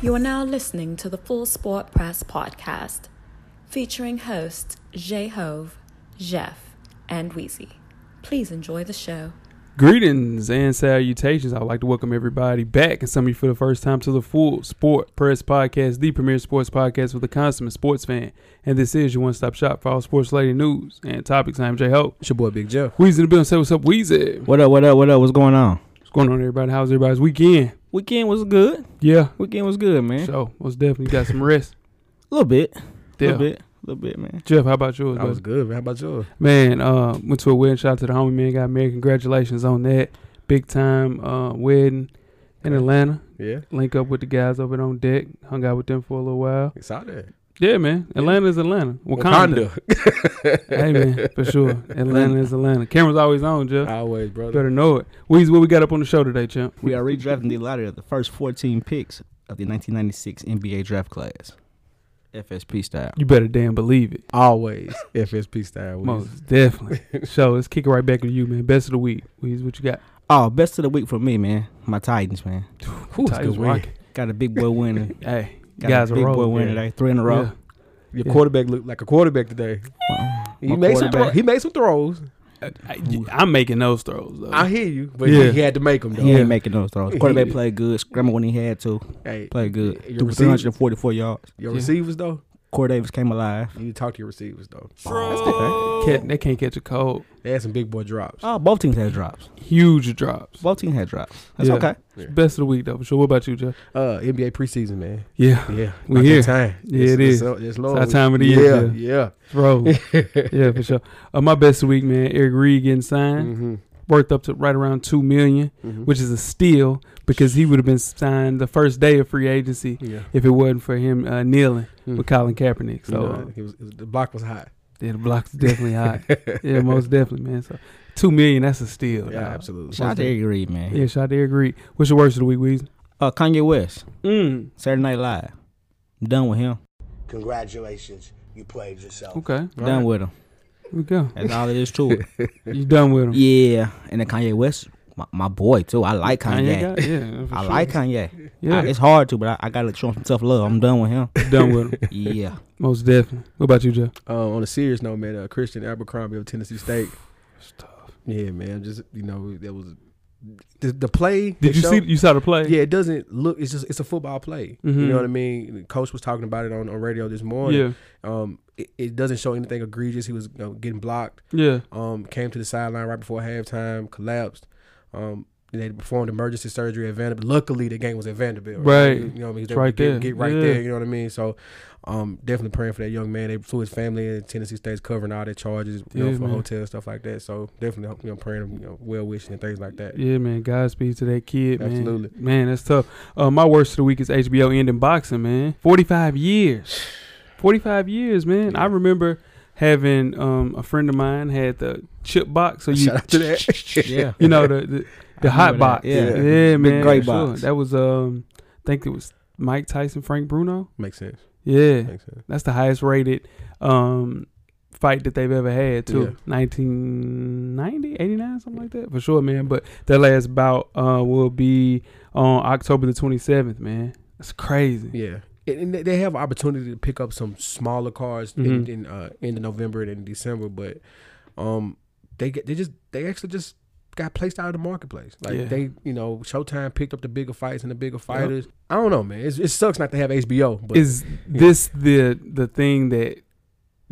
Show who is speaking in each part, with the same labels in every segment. Speaker 1: You are now listening to the Full Sport Press podcast, featuring hosts Jay Hove, Jeff, and Wheezy. Please enjoy the show.
Speaker 2: Greetings and salutations. I would like to welcome everybody back and some of you for the first time to the Full Sport Press Podcast, the premier sports podcast for the consummate sports fan. And this is your one stop shop for all sports related news and topics. I'm Jay Hope.
Speaker 3: It's your boy Big Jeff.
Speaker 2: Weezy in the building. Say what's up, Weezy.
Speaker 3: What up? What up? What up? What's going on?
Speaker 2: What's going on, everybody? How's everybody's weekend?
Speaker 3: Weekend was good.
Speaker 2: Yeah.
Speaker 3: Weekend was good, man. A
Speaker 2: So, most definitely got some rest.
Speaker 3: little bit. A
Speaker 2: Yeah.
Speaker 3: little bit. A little bit, man.
Speaker 2: Jeff, how about yours?
Speaker 4: I
Speaker 2: bud?
Speaker 4: was good. Man. How about yours?
Speaker 2: Man, uh, went to a wedding. Shout out to the homie man. Got married. Congratulations on that big time uh, wedding in Atlanta.
Speaker 4: Yeah,
Speaker 2: Link up with the guys over there on deck. Hung out with them for a little while.
Speaker 4: it's out there.
Speaker 2: Yeah, man. Atlanta is Atlanta. Wakanda. hey, man, for sure. Atlanta is Atlanta. Camera's always on, Jeff.
Speaker 4: Always, brother.
Speaker 2: Better know it. Weezy, what we got up on the show today, champ?
Speaker 3: We are redrafting the lottery of the first 14 picks of the 1996 NBA draft class, FSP style.
Speaker 2: You better damn believe it.
Speaker 4: Always. FSP style. Wiz.
Speaker 2: Most definitely. so let's kick it right back to you, man. Best of the week. Weezy, what you got?
Speaker 3: Oh, best of the week for me, man. My Titans, man.
Speaker 4: Whew, it's a
Speaker 2: Titans
Speaker 4: good win.
Speaker 2: rocking.
Speaker 3: Got a big boy winner.
Speaker 2: Hey,
Speaker 3: Got
Speaker 2: guys
Speaker 3: a
Speaker 2: are
Speaker 3: big boy
Speaker 2: rolling.
Speaker 3: winner
Speaker 4: yeah.
Speaker 3: today. Three in a row.
Speaker 4: Your
Speaker 2: Yeah.
Speaker 4: quarterback looked like a quarterback today.
Speaker 3: Uh,
Speaker 4: He
Speaker 3: my
Speaker 4: made some. Throw-
Speaker 3: quarterback-
Speaker 4: he made some throws.
Speaker 2: Uh, I, am making those throws, though.
Speaker 4: I hear you, but
Speaker 2: Yeah.
Speaker 4: he had to make them though.
Speaker 3: He
Speaker 2: Yeah.
Speaker 3: ain't making those throws. Quarterback played good. Scrambled when he had to.
Speaker 4: Hey,
Speaker 3: Played good.
Speaker 4: Your
Speaker 3: Threw for
Speaker 4: receiver-
Speaker 3: 344 yards.
Speaker 4: your
Speaker 2: Yeah.
Speaker 4: receivers though.
Speaker 3: Corey Davis came alive.
Speaker 4: You need to talk to your receivers though.
Speaker 3: That's big, man.
Speaker 2: Can't- they can't catch a cold.
Speaker 4: They had some big boy drops.
Speaker 3: Oh, both teams had drops.
Speaker 2: Huge drops.
Speaker 3: Both teams had drops. That's
Speaker 2: Yeah.
Speaker 3: okay.
Speaker 2: Best of the week, though, for sure. What about you, Jeff?
Speaker 4: Uh, NBA preseason, man.
Speaker 2: Yeah,
Speaker 4: Yeah,
Speaker 2: We
Speaker 4: about
Speaker 2: here.
Speaker 4: that Time.
Speaker 2: Yeah, it is.
Speaker 4: It's, it's
Speaker 2: our time of the
Speaker 4: yeah,
Speaker 2: year, Jeff.
Speaker 4: Yeah,
Speaker 2: bro. yeah, for sure. Uh, my best of the week, man. Eric Reed getting signed,
Speaker 4: Mhm,
Speaker 3: Mm-hmm.
Speaker 2: worth up to right around two million,
Speaker 4: mhm.
Speaker 2: which is a steal because he would have been signed the first day of free agency
Speaker 4: Yeah.
Speaker 2: if it wasn't for him uh, kneeling
Speaker 3: Mm.
Speaker 4: Hmm.
Speaker 2: with Colin Kaepernick. So
Speaker 4: You know,
Speaker 2: uh,
Speaker 4: he was, the block was hot.
Speaker 2: yeah, the block's definitely hot. yeah, most definitely, man. So two million—that's a steal.
Speaker 4: Yeah,
Speaker 2: dog.
Speaker 4: absolutely.
Speaker 3: Shout out to Eric Reed, man.
Speaker 2: Yeah, shout out to Eric Reed. What's your worst of the week, Weezy?
Speaker 3: Uh, Kanye West,
Speaker 2: Mm.
Speaker 3: Saturday Night Live. I'm done with him.
Speaker 5: Congratulations, you played yourself.
Speaker 2: Okay,
Speaker 4: All
Speaker 3: done
Speaker 4: right.
Speaker 3: with him.
Speaker 2: here we go.
Speaker 3: That's all it is to it.
Speaker 2: You done with him?
Speaker 3: yeah. And then Kanye West, my, my boy, too. I like Kanye.
Speaker 2: got- yeah, for
Speaker 3: I
Speaker 2: sure.
Speaker 3: like Kanye.
Speaker 2: Yeah,
Speaker 3: I- it's hard to, but I, I got to show him some tough love. I'm done with him.
Speaker 2: you done with him.
Speaker 3: yeah.
Speaker 2: Most definitely. What about you, Jeff?
Speaker 4: Uh, on a serious note, man, uh, Christian Abercrombie of Tennessee State.
Speaker 2: It's tough.
Speaker 4: Yeah, man, just you know, that was the, the play.
Speaker 2: Did
Speaker 4: they
Speaker 2: you
Speaker 4: showed-
Speaker 2: see? You saw the play?
Speaker 4: Yeah, it doesn't look. It's just it's a football play. You
Speaker 2: Mhm.
Speaker 4: know what I mean? The Coach was talking about it on, on radio this morning.
Speaker 2: Yeah.
Speaker 4: Um, it, it doesn't show anything egregious. He was you know, getting blocked.
Speaker 2: Yeah.
Speaker 4: Um, came to the sideline right before halftime, collapsed. Um, they performed emergency surgery at Vanderbilt. Luckily, the game was at Vanderbilt.
Speaker 2: Right.
Speaker 4: You know what I mean?
Speaker 2: It's right
Speaker 4: get,
Speaker 2: there.
Speaker 4: Get right
Speaker 2: Yeah.
Speaker 4: there. You know what I mean? So, um, definitely praying for that young man. They flew his family in Tennessee State's covering all their charges, you
Speaker 2: Yeah,
Speaker 4: know, for
Speaker 2: man.
Speaker 4: hotel stuff like that. So definitely, you know, praying, you know, well wishing and things like that.
Speaker 2: Yeah, man. Godspeed to that kid, man.
Speaker 4: Absolutely.
Speaker 2: Man, that's tough. Uh, my worst of the week is HBO ending boxing, man. 45 years. 45 years, man. I remember having um, a friend of mine had the chip box. So you,
Speaker 4: Shout out to that.
Speaker 3: Yeah.
Speaker 2: you know, the, the, the
Speaker 3: I
Speaker 2: hot
Speaker 3: remember that.
Speaker 2: box.
Speaker 3: Yeah.
Speaker 2: Yeah,
Speaker 3: Big
Speaker 2: man.
Speaker 3: gray
Speaker 2: for sure.
Speaker 3: box.
Speaker 2: That was, um, I think it was Mike Tyson, Frank Bruno.
Speaker 4: Makes sense.
Speaker 2: Yeah.
Speaker 4: Makes sense.
Speaker 2: That's the highest rated um, fight that they've ever had, too.
Speaker 4: Yeah.
Speaker 2: 1990, 89, something like that, for sure, man. But that last bout uh, will be on October the 27th, man. That's crazy.
Speaker 4: Yeah. And and they- they have opportunity to pick up some smaller cars
Speaker 2: Mhm.
Speaker 4: in, in uh, end of November and in December, but um, they get they just they actually just got placed out of the marketplace. Like
Speaker 2: Yeah.
Speaker 4: they, you know, Showtime picked up the bigger fights and the bigger fighters. I don't know, man. It's, it sucks not to have HBO, but
Speaker 2: Is this the the thing that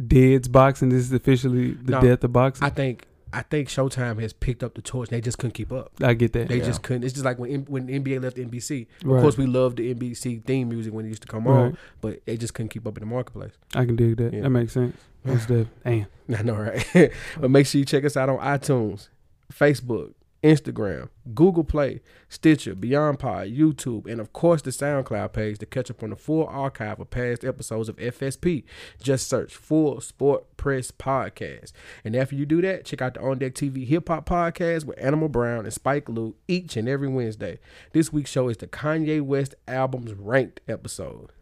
Speaker 2: deads boxing? This is officially the
Speaker 4: No.
Speaker 2: death of boxing?
Speaker 4: I think I think Showtime has picked up the torch. They just couldn't keep up.
Speaker 2: I, get that.
Speaker 4: They just couldn't. It's just like when M- when NBA left NBC.
Speaker 2: Right.
Speaker 4: Of course, we loved the NBC theme music when it used to come
Speaker 2: Right.
Speaker 4: on, but they just couldn't keep up in the marketplace.
Speaker 2: I can dig that.
Speaker 4: Yeah.
Speaker 2: That makes sense. That's death. Damn.
Speaker 4: I know, right? but make sure you check us out on iTunes, Facebook, Instagram, Google Play, Stitcher, Beyond Pod, YouTube, and of course the SoundCloud page to catch up on the full archive of past episodes of FSP. Just search Full Sport Press Podcast. And after you do that, check out the On Deck TV Hip Hop Podcast with Animal Brown and Spike Lee each and every Wednesday. This week's show is the Kanye West Albums Ranked episode.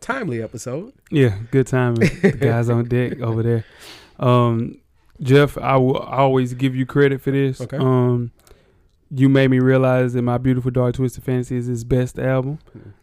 Speaker 4: Timely episode.
Speaker 2: Yeah, good timing. the guys on deck over there. Um, Jeff, I will always give you credit for this.
Speaker 4: Okay.
Speaker 2: Um, you made me realize that my beautiful dark twisted fantasy is his best album.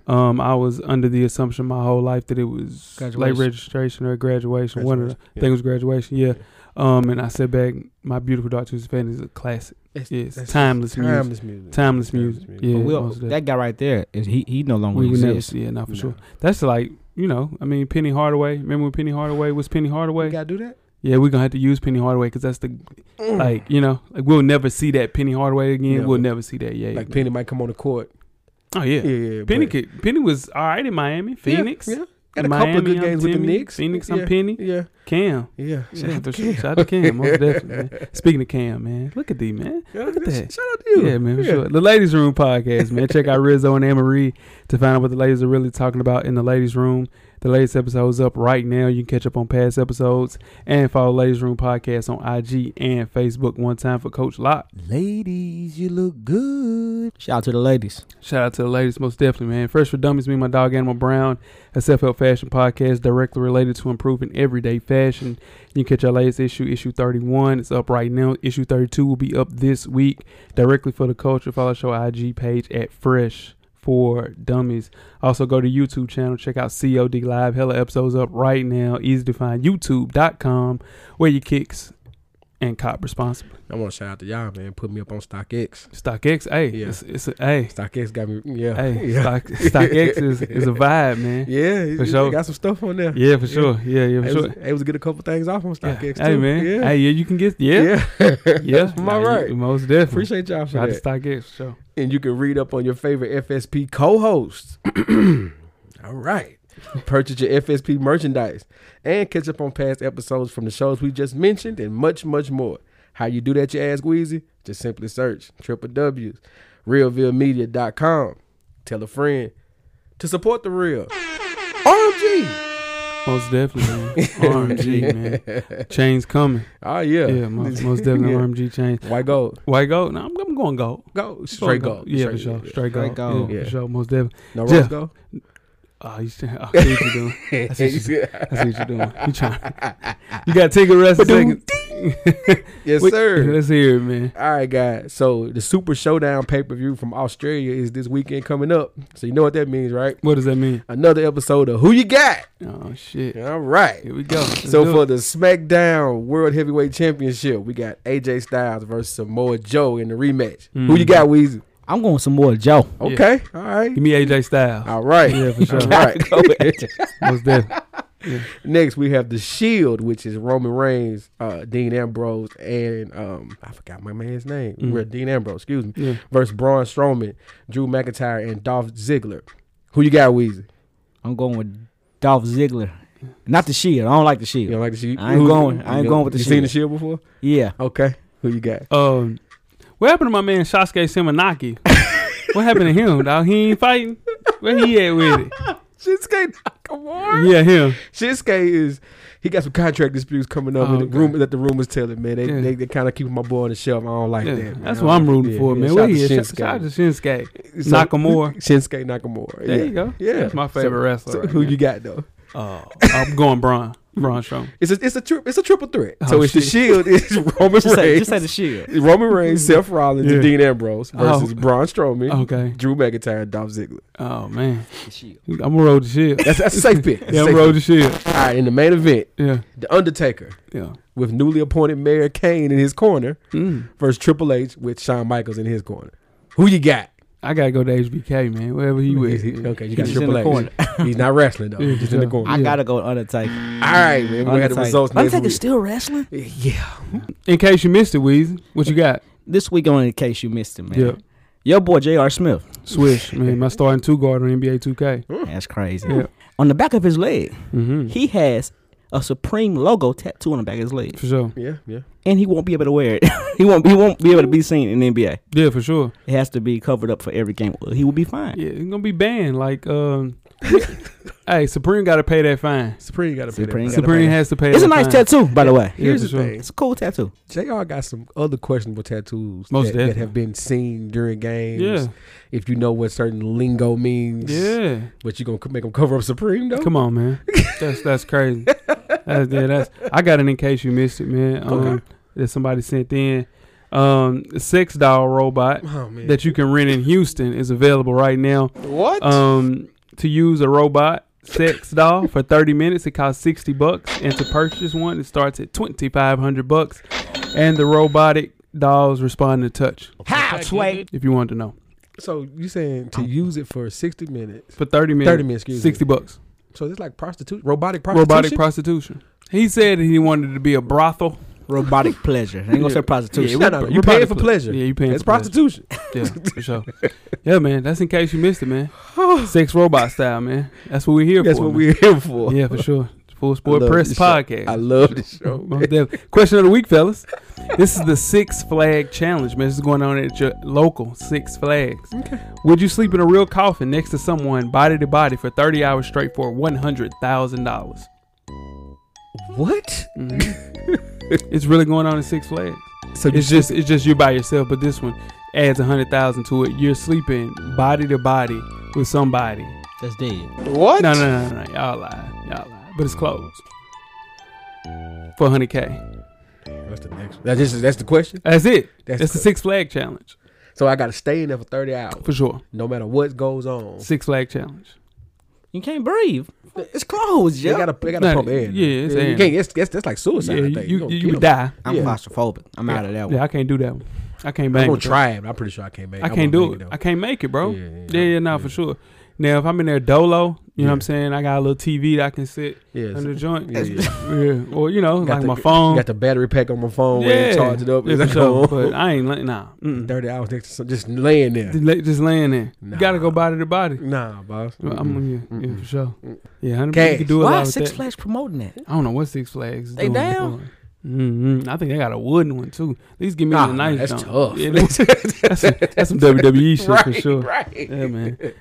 Speaker 2: Um, I was under the assumption my whole life that it was late
Speaker 3: Graduation.
Speaker 2: registration or graduation. One of the
Speaker 4: Graduation,
Speaker 2: I
Speaker 4: yeah.
Speaker 2: think it was graduation. Yeah. Um, and I said back, my beautiful dark twisted fantasy is a classic.
Speaker 4: It's,
Speaker 2: Yes,
Speaker 4: that's
Speaker 2: timeless, music.
Speaker 4: timeless music.
Speaker 2: Timeless music. Yeah,
Speaker 3: But we'll,
Speaker 2: most definitely.
Speaker 3: that guy right there is he he no longer
Speaker 2: We would never
Speaker 3: exists.
Speaker 2: see it, not for
Speaker 4: No.
Speaker 2: sure. That's like you know, I mean, Penny Hardaway. Remember when Penny Hardaway was Penny
Speaker 4: You
Speaker 2: Hardaway?
Speaker 4: gotta do that.
Speaker 2: Yeah, we're gonna have to use Penny Hardaway because that's the
Speaker 4: Mm.
Speaker 2: like you know, like we'll never see that Penny Hardaway again.
Speaker 4: Never.
Speaker 2: We'll never see that. Yeah,
Speaker 4: like Penny might come on the court.
Speaker 2: Oh yeah,
Speaker 4: Yeah, yeah.
Speaker 2: Penny
Speaker 4: but-
Speaker 2: could. Penny was all right in Miami, Phoenix.
Speaker 4: Yeah, yeah. got a
Speaker 2: Miami,
Speaker 4: couple of good
Speaker 2: I'm
Speaker 4: games with the
Speaker 2: Timmy.
Speaker 4: Knicks.
Speaker 2: Phoenix,
Speaker 4: yeah.
Speaker 2: I'm Penny.
Speaker 4: Yeah,
Speaker 2: Cam.
Speaker 4: yeah.
Speaker 2: Shout out to shout out to Cam, most definitely. man. Speaking of Cam, man, look at thee, man.
Speaker 4: Look
Speaker 2: at that.
Speaker 4: Shout out to you.
Speaker 2: Yeah, man, for sure. The Ladies Room podcast, man. Check out Rizzo and Anne-Marie to find out what the ladies are really talking about in the Ladies Room. The latest episode's up right now. You can catch up on past episodes and follow Ladies Room podcast on IG and Facebook. One time for Coach Locke.
Speaker 3: Ladies, you look good. Shout out to the ladies.
Speaker 2: Shout out to the ladies, most definitely, man. Fresh for Dummies, me and my dog Animal Brown, a self-help fashion podcast directly related to improving everyday fashion. You can catch our latest issue, issue 31. It's up right now. Issue 32 will be up this week directly for the culture. Follow the show IG page at Fresh for Dummies. Also go to YouTube channel, check out COD Live. Hella episodes up right now. Easy to find. YouTube.com where you kicks and cop responsibly.
Speaker 4: I want to shout out to y'all, man. Put me up on StockX.
Speaker 2: StockX, hey,
Speaker 4: Yeah.
Speaker 2: it's, it's a, hey.
Speaker 4: StockX got me. Yeah,
Speaker 2: Hey,
Speaker 4: yeah.
Speaker 2: Stock, StockX is, is a vibe, man.
Speaker 4: yeah. it-
Speaker 2: For
Speaker 4: it
Speaker 2: sure.
Speaker 4: Got some stuff on there.
Speaker 2: Yeah, for sure. Yeah, yeah, for
Speaker 4: It
Speaker 2: sure.
Speaker 4: was, it was get a couple things off on
Speaker 2: Yeah.
Speaker 4: StockX too.
Speaker 2: Hey, man.
Speaker 4: Yeah.
Speaker 2: Hey, yeah, you can get. Yeah,
Speaker 4: Yeah.
Speaker 2: yeah. yeah.
Speaker 4: Am I right?
Speaker 2: most definitely.
Speaker 4: Appreciate y'all for
Speaker 2: Shout out
Speaker 4: that.
Speaker 2: to StockX. for Sure.
Speaker 4: and you can read up on your favorite FSP co-hosts. All right. Purchase your FSP merchandise and catch up on past episodes from the shows we just mentioned and much, much more. How you do that, you ask Wheezy? Just simply search www.realvillemedia.com. Tell a friend to support the real. RMG!
Speaker 2: Most definitely, man. RMG, man. Chains coming.
Speaker 4: Oh, yeah.
Speaker 2: Yeah, most, most definitely
Speaker 4: Yeah.
Speaker 2: RMG chains.
Speaker 4: White gold.
Speaker 2: White gold. No, I'm, I'm going gold.
Speaker 4: Go. Straight
Speaker 2: Going
Speaker 4: gold.
Speaker 2: Yeah,
Speaker 4: Straight
Speaker 2: for sure.
Speaker 4: gold.
Speaker 2: Straight gold.
Speaker 3: Straight gold.
Speaker 2: Yeah,
Speaker 4: Yeah.
Speaker 2: for sure. Most definitely.
Speaker 4: No
Speaker 2: Yeah.
Speaker 4: rose gold?
Speaker 2: Oh, you see, oh, I see what you're doing. That's what you- I see what you're doing. You trying? You got to take a rest a second.
Speaker 4: Yes,
Speaker 2: Wait,
Speaker 4: sir.
Speaker 2: Let's hear it, man.
Speaker 4: All right, guys. So the Super Showdown pay per view from Australia is this weekend coming up. So you know what that means, right?
Speaker 2: What does that mean?
Speaker 4: Another episode of Who You Got.
Speaker 2: Oh shit.
Speaker 4: All right.
Speaker 2: Here we go. Let's
Speaker 4: So
Speaker 2: do
Speaker 4: for
Speaker 2: it.
Speaker 4: the SmackDown World Heavyweight Championship, we got AJ Styles versus Samoa Joe in the rematch. Who you
Speaker 2: Mm.
Speaker 4: got, Weezy?
Speaker 3: I'm going some more Joe.
Speaker 4: Okay. All right.
Speaker 2: give me AJ Styles.
Speaker 4: All right.
Speaker 2: Yeah, for sure.
Speaker 4: All right.
Speaker 2: Most definitely.
Speaker 4: Next, we have the Shield, which is Roman Reigns, uh, Dean Ambrose, and um, I forgot my man's name.
Speaker 2: Mm.
Speaker 4: We're Dean Ambrose, excuse me,
Speaker 2: Yeah.
Speaker 4: versus Braun Strowman, Drew McIntyre, and Dolph Ziggler. Who you got, Weezy?
Speaker 3: I'm going with Dolph Ziggler. Not the Shield. I don't like the
Speaker 4: You
Speaker 3: Shield.
Speaker 4: don't like the Shield?
Speaker 3: I ain't
Speaker 4: Who-
Speaker 3: going- I
Speaker 4: you
Speaker 3: ain't
Speaker 4: know-
Speaker 3: going with the
Speaker 4: you seen the
Speaker 3: Shield.
Speaker 4: Shield before?
Speaker 3: Yeah.
Speaker 4: Okay. Who you got?
Speaker 2: Um, what happened to my man Sasuke Simonaki? what happened to him, dog? He ain't fighting. Where he at with it?
Speaker 4: Shinsuke Nakamura.
Speaker 2: Yeah, him.
Speaker 4: Shinsuke is he got some contract disputes coming up
Speaker 2: Oh,
Speaker 4: and the
Speaker 2: okay.
Speaker 4: rumor that the rumors tell it, man. They
Speaker 2: Yeah.
Speaker 4: they, they kind of keep my boy on the shelf. I don't like
Speaker 2: Yeah,
Speaker 4: that. Man.
Speaker 2: that's
Speaker 4: I
Speaker 2: what I'm
Speaker 4: don't-
Speaker 2: rooting
Speaker 4: yeah,
Speaker 2: for,
Speaker 4: yeah.
Speaker 2: man.
Speaker 4: Shout
Speaker 2: Where
Speaker 4: out
Speaker 2: he
Speaker 4: to
Speaker 2: is? Shout out to Shinsuke.
Speaker 4: So-
Speaker 2: Nakamura.
Speaker 4: Shinsuke Nakamura.
Speaker 2: There
Speaker 4: yeah.
Speaker 2: you go.
Speaker 4: Yeah.
Speaker 2: That's my favorite wrestler.
Speaker 4: So
Speaker 2: right
Speaker 4: who
Speaker 2: now.
Speaker 4: you got though?
Speaker 2: Oh, I'm going Braun. Braun Strowman.
Speaker 4: It's a it's a tri- it's a triple threat.
Speaker 2: Oh,
Speaker 4: so it's the Shield. It's Roman
Speaker 3: Just say,
Speaker 4: Reigns.
Speaker 3: just say the Shield.
Speaker 4: Roman Reigns, Seth Rollins,
Speaker 2: Yeah.
Speaker 4: and Dean Ambrose versus
Speaker 2: Oh.
Speaker 4: Braun Strowman,
Speaker 2: Okay.
Speaker 4: Drew McIntyre, and Dolph Ziggler.
Speaker 2: Oh man,
Speaker 3: The Shield.
Speaker 2: I'm gonna roll the shit.
Speaker 4: That's that's a safe pick. That's
Speaker 2: Yeah,
Speaker 4: a
Speaker 2: I'm
Speaker 4: safe
Speaker 2: gonna roll
Speaker 4: pick.
Speaker 2: the shit.
Speaker 4: All right, in the main event,
Speaker 2: Yeah,
Speaker 4: The Undertaker
Speaker 2: yeah.
Speaker 4: with newly appointed Mayor Kane in his corner
Speaker 2: Mm.
Speaker 4: versus Triple H with Shawn Michaels in his corner. Who you got?
Speaker 2: I gotta go to HBK, man. Wherever he
Speaker 4: He's-
Speaker 2: with.
Speaker 4: he- okay, you
Speaker 3: He's
Speaker 4: got
Speaker 3: just in
Speaker 4: Triple
Speaker 3: the
Speaker 4: H.
Speaker 3: corner.
Speaker 4: He's not wrestling though.
Speaker 2: Yeah,
Speaker 4: He's just in the
Speaker 2: yeah.
Speaker 4: corner.
Speaker 3: I
Speaker 2: Yeah.
Speaker 3: gotta go to Undertaker.
Speaker 4: All right, man. We're gonna have the
Speaker 3: Undertaker.
Speaker 4: results next
Speaker 3: Undertaker's
Speaker 4: week.
Speaker 3: still wrestling.
Speaker 4: Yeah.
Speaker 2: In case you missed it, Weezy, what you got?
Speaker 3: This week on in case you missed it, man.
Speaker 2: Yeah.
Speaker 3: Your boy J.R. Smith.
Speaker 2: Swish, man. My starting two guard on NBA 2K.
Speaker 3: That's crazy.
Speaker 2: Yeah.
Speaker 3: On the back of his leg,
Speaker 4: Mm.
Speaker 2: Mm-hmm.
Speaker 3: he has a Supreme logo tattoo on the back of his leg,
Speaker 2: For sure.
Speaker 4: Yeah, yeah.
Speaker 3: and he won't be able to wear it. he won't. He won't be able to be seen in the NBA.
Speaker 2: Yeah, for sure.
Speaker 3: It has to be covered up for every game. Well, He will be fine.
Speaker 2: Yeah, it's gonna be banned. Like, um, hey, Supreme got to pay that fine.
Speaker 4: Supreme gotta pay
Speaker 3: Supreme
Speaker 4: that.
Speaker 3: gotta
Speaker 2: Supreme
Speaker 3: pay that.
Speaker 2: has to pay.
Speaker 3: It's
Speaker 2: that
Speaker 3: a nice
Speaker 2: fine.
Speaker 3: tattoo, by the way.
Speaker 2: Yeah,
Speaker 4: Here's
Speaker 2: for
Speaker 4: the
Speaker 2: sure.
Speaker 4: thing.
Speaker 3: It's a cool tattoo.
Speaker 4: JR got some other questionable tattoos
Speaker 2: Most
Speaker 4: that, that
Speaker 2: definitely.
Speaker 4: have been seen during games.
Speaker 2: Yeah,
Speaker 4: If you know what certain lingo means.
Speaker 2: yeah.
Speaker 4: But you gonna co- make them cover up Supreme though?
Speaker 2: Come on, man. That's that's crazy. That's, yeah, that's. I got it in case you missed it, man. Um,
Speaker 4: Okay.
Speaker 2: That somebody sent in. Um, sex doll robot
Speaker 4: Oh man.
Speaker 2: that you can rent in Houston is available right now.
Speaker 4: what?
Speaker 2: Um, to use a robot sex doll for 30 minutes, it costs 60 bucks, and to purchase one, it starts at 2,500 bucks. And the robotic dolls respond to touch,
Speaker 6: How, Sway?
Speaker 2: if you want to know.
Speaker 4: so you saying to use it for sixty minutes?
Speaker 2: For 30 minutes,
Speaker 4: 30 minutes, excuse
Speaker 2: 60 bucks.
Speaker 4: So it's like prostitute, robotic prostitution.
Speaker 2: Robotic prostitution. He said he wanted it to be a brothel.
Speaker 3: Robotic pleasure. I ain't gonna say prostitution.
Speaker 4: no, no, no. You paying
Speaker 2: robotic
Speaker 4: for
Speaker 2: ple-
Speaker 4: pleasure.
Speaker 2: Yeah, you paying
Speaker 4: It's
Speaker 2: for pleasure.
Speaker 4: prostitution.
Speaker 2: Yeah, for sure. Yeah, man. That's in case you missed it, man. Sex robot style, man. That's what we're here
Speaker 4: That's
Speaker 2: for.
Speaker 4: what
Speaker 2: man.
Speaker 4: we're here for.
Speaker 2: Yeah, for sure. Full
Speaker 4: I
Speaker 2: Sport
Speaker 4: love
Speaker 2: Press
Speaker 4: this show.
Speaker 2: podcast.
Speaker 4: I love this show.
Speaker 2: Most
Speaker 4: man.
Speaker 2: definitely. Question of the week, fellas. This is the Six Flag Challenge, man. This is going on at your local Six Flags.
Speaker 4: Okay.
Speaker 2: Would you sleep in a real coffin next to someone, body to body, for 30 hours straight for $100,000?
Speaker 4: What?
Speaker 2: It's really going on at Six Flags.
Speaker 4: Mm-hmm. So you
Speaker 2: It's just it's just you by yourself, but this one adds 100000 to it. You're sleeping body to body with somebody.
Speaker 3: That's dead.
Speaker 4: what?
Speaker 2: No, no, no, no, no. Y'all lie. Y'all lie. But it's closed. For 100K.
Speaker 4: That's the next. That's just, that's the question.
Speaker 2: That's it.
Speaker 4: That's
Speaker 2: That's, the
Speaker 4: cl-
Speaker 2: Six Flag Challenge.
Speaker 4: So I got to stay in there for thirty hours,
Speaker 2: For sure.
Speaker 4: no matter what goes on.
Speaker 2: Six Flag Challenge.
Speaker 3: You can't breathe. It's closed,
Speaker 4: They
Speaker 3: yeah.
Speaker 4: gotta, they gotta
Speaker 2: No,
Speaker 4: pump air. in there.
Speaker 2: yeah, it's air.
Speaker 4: you can't. It's, it's, that's like suicide.
Speaker 2: yeah,
Speaker 4: I
Speaker 2: you,
Speaker 4: think.
Speaker 2: you,
Speaker 4: gonna
Speaker 2: you
Speaker 4: kill
Speaker 2: would
Speaker 4: 'em.
Speaker 2: die.
Speaker 3: I'm
Speaker 4: Yeah.
Speaker 3: claustrophobic. I'm out of that one.
Speaker 2: Yeah, I can't do that one. I can't bang.
Speaker 4: I'm gonna
Speaker 2: it.
Speaker 4: try it. but I'm pretty sure I can't make. it.
Speaker 2: I
Speaker 4: I'm
Speaker 2: can't
Speaker 4: gonna
Speaker 2: do
Speaker 4: make
Speaker 2: it. I can't make it, bro. Yeah,
Speaker 4: Yeah,
Speaker 2: yeah,
Speaker 4: yeah,
Speaker 2: nah,
Speaker 4: yeah.
Speaker 2: for sure. Now, if I'm in there dolo, you know what I'm saying? I got a little TV that I can sit
Speaker 4: Yeah,
Speaker 2: under the
Speaker 4: so-
Speaker 2: joint.
Speaker 4: yeah, yeah.
Speaker 2: Yeah, or you know,
Speaker 4: Got
Speaker 2: like
Speaker 4: the-
Speaker 2: my phone.
Speaker 4: Got the battery pack on my phone. Yeah,
Speaker 2: yeah,
Speaker 4: and charge it up.
Speaker 2: Yeah,
Speaker 4: It's
Speaker 2: for
Speaker 4: like,
Speaker 2: sure.
Speaker 4: oh,
Speaker 2: But I ain't li- nah. Mm-mm.
Speaker 4: Thirty hours next to some, just laying there.
Speaker 2: Just la- Just laying there.
Speaker 4: Nah.
Speaker 2: You gotta go body to body.
Speaker 4: Nah, boss.
Speaker 2: I'm yeah, yeah,
Speaker 4: Mm-mm.
Speaker 2: for sure.
Speaker 4: Mm-mm.
Speaker 2: Yeah, 100 you
Speaker 4: Cash.
Speaker 2: can do a lot
Speaker 3: Why
Speaker 2: with
Speaker 3: is Six
Speaker 2: that.
Speaker 3: Flags promoting that?
Speaker 2: I don't know what Six Flags is
Speaker 3: They
Speaker 2: doing.
Speaker 3: down?
Speaker 2: Mm-hmm. I think they got a wooden one too. At least give me
Speaker 4: Nah,
Speaker 2: the nice.
Speaker 4: that's
Speaker 2: dunk.
Speaker 4: tough.
Speaker 2: Yeah, that's, that's some, that's some WWE shit for
Speaker 4: right,
Speaker 2: sure.
Speaker 4: right.
Speaker 2: Yeah, man.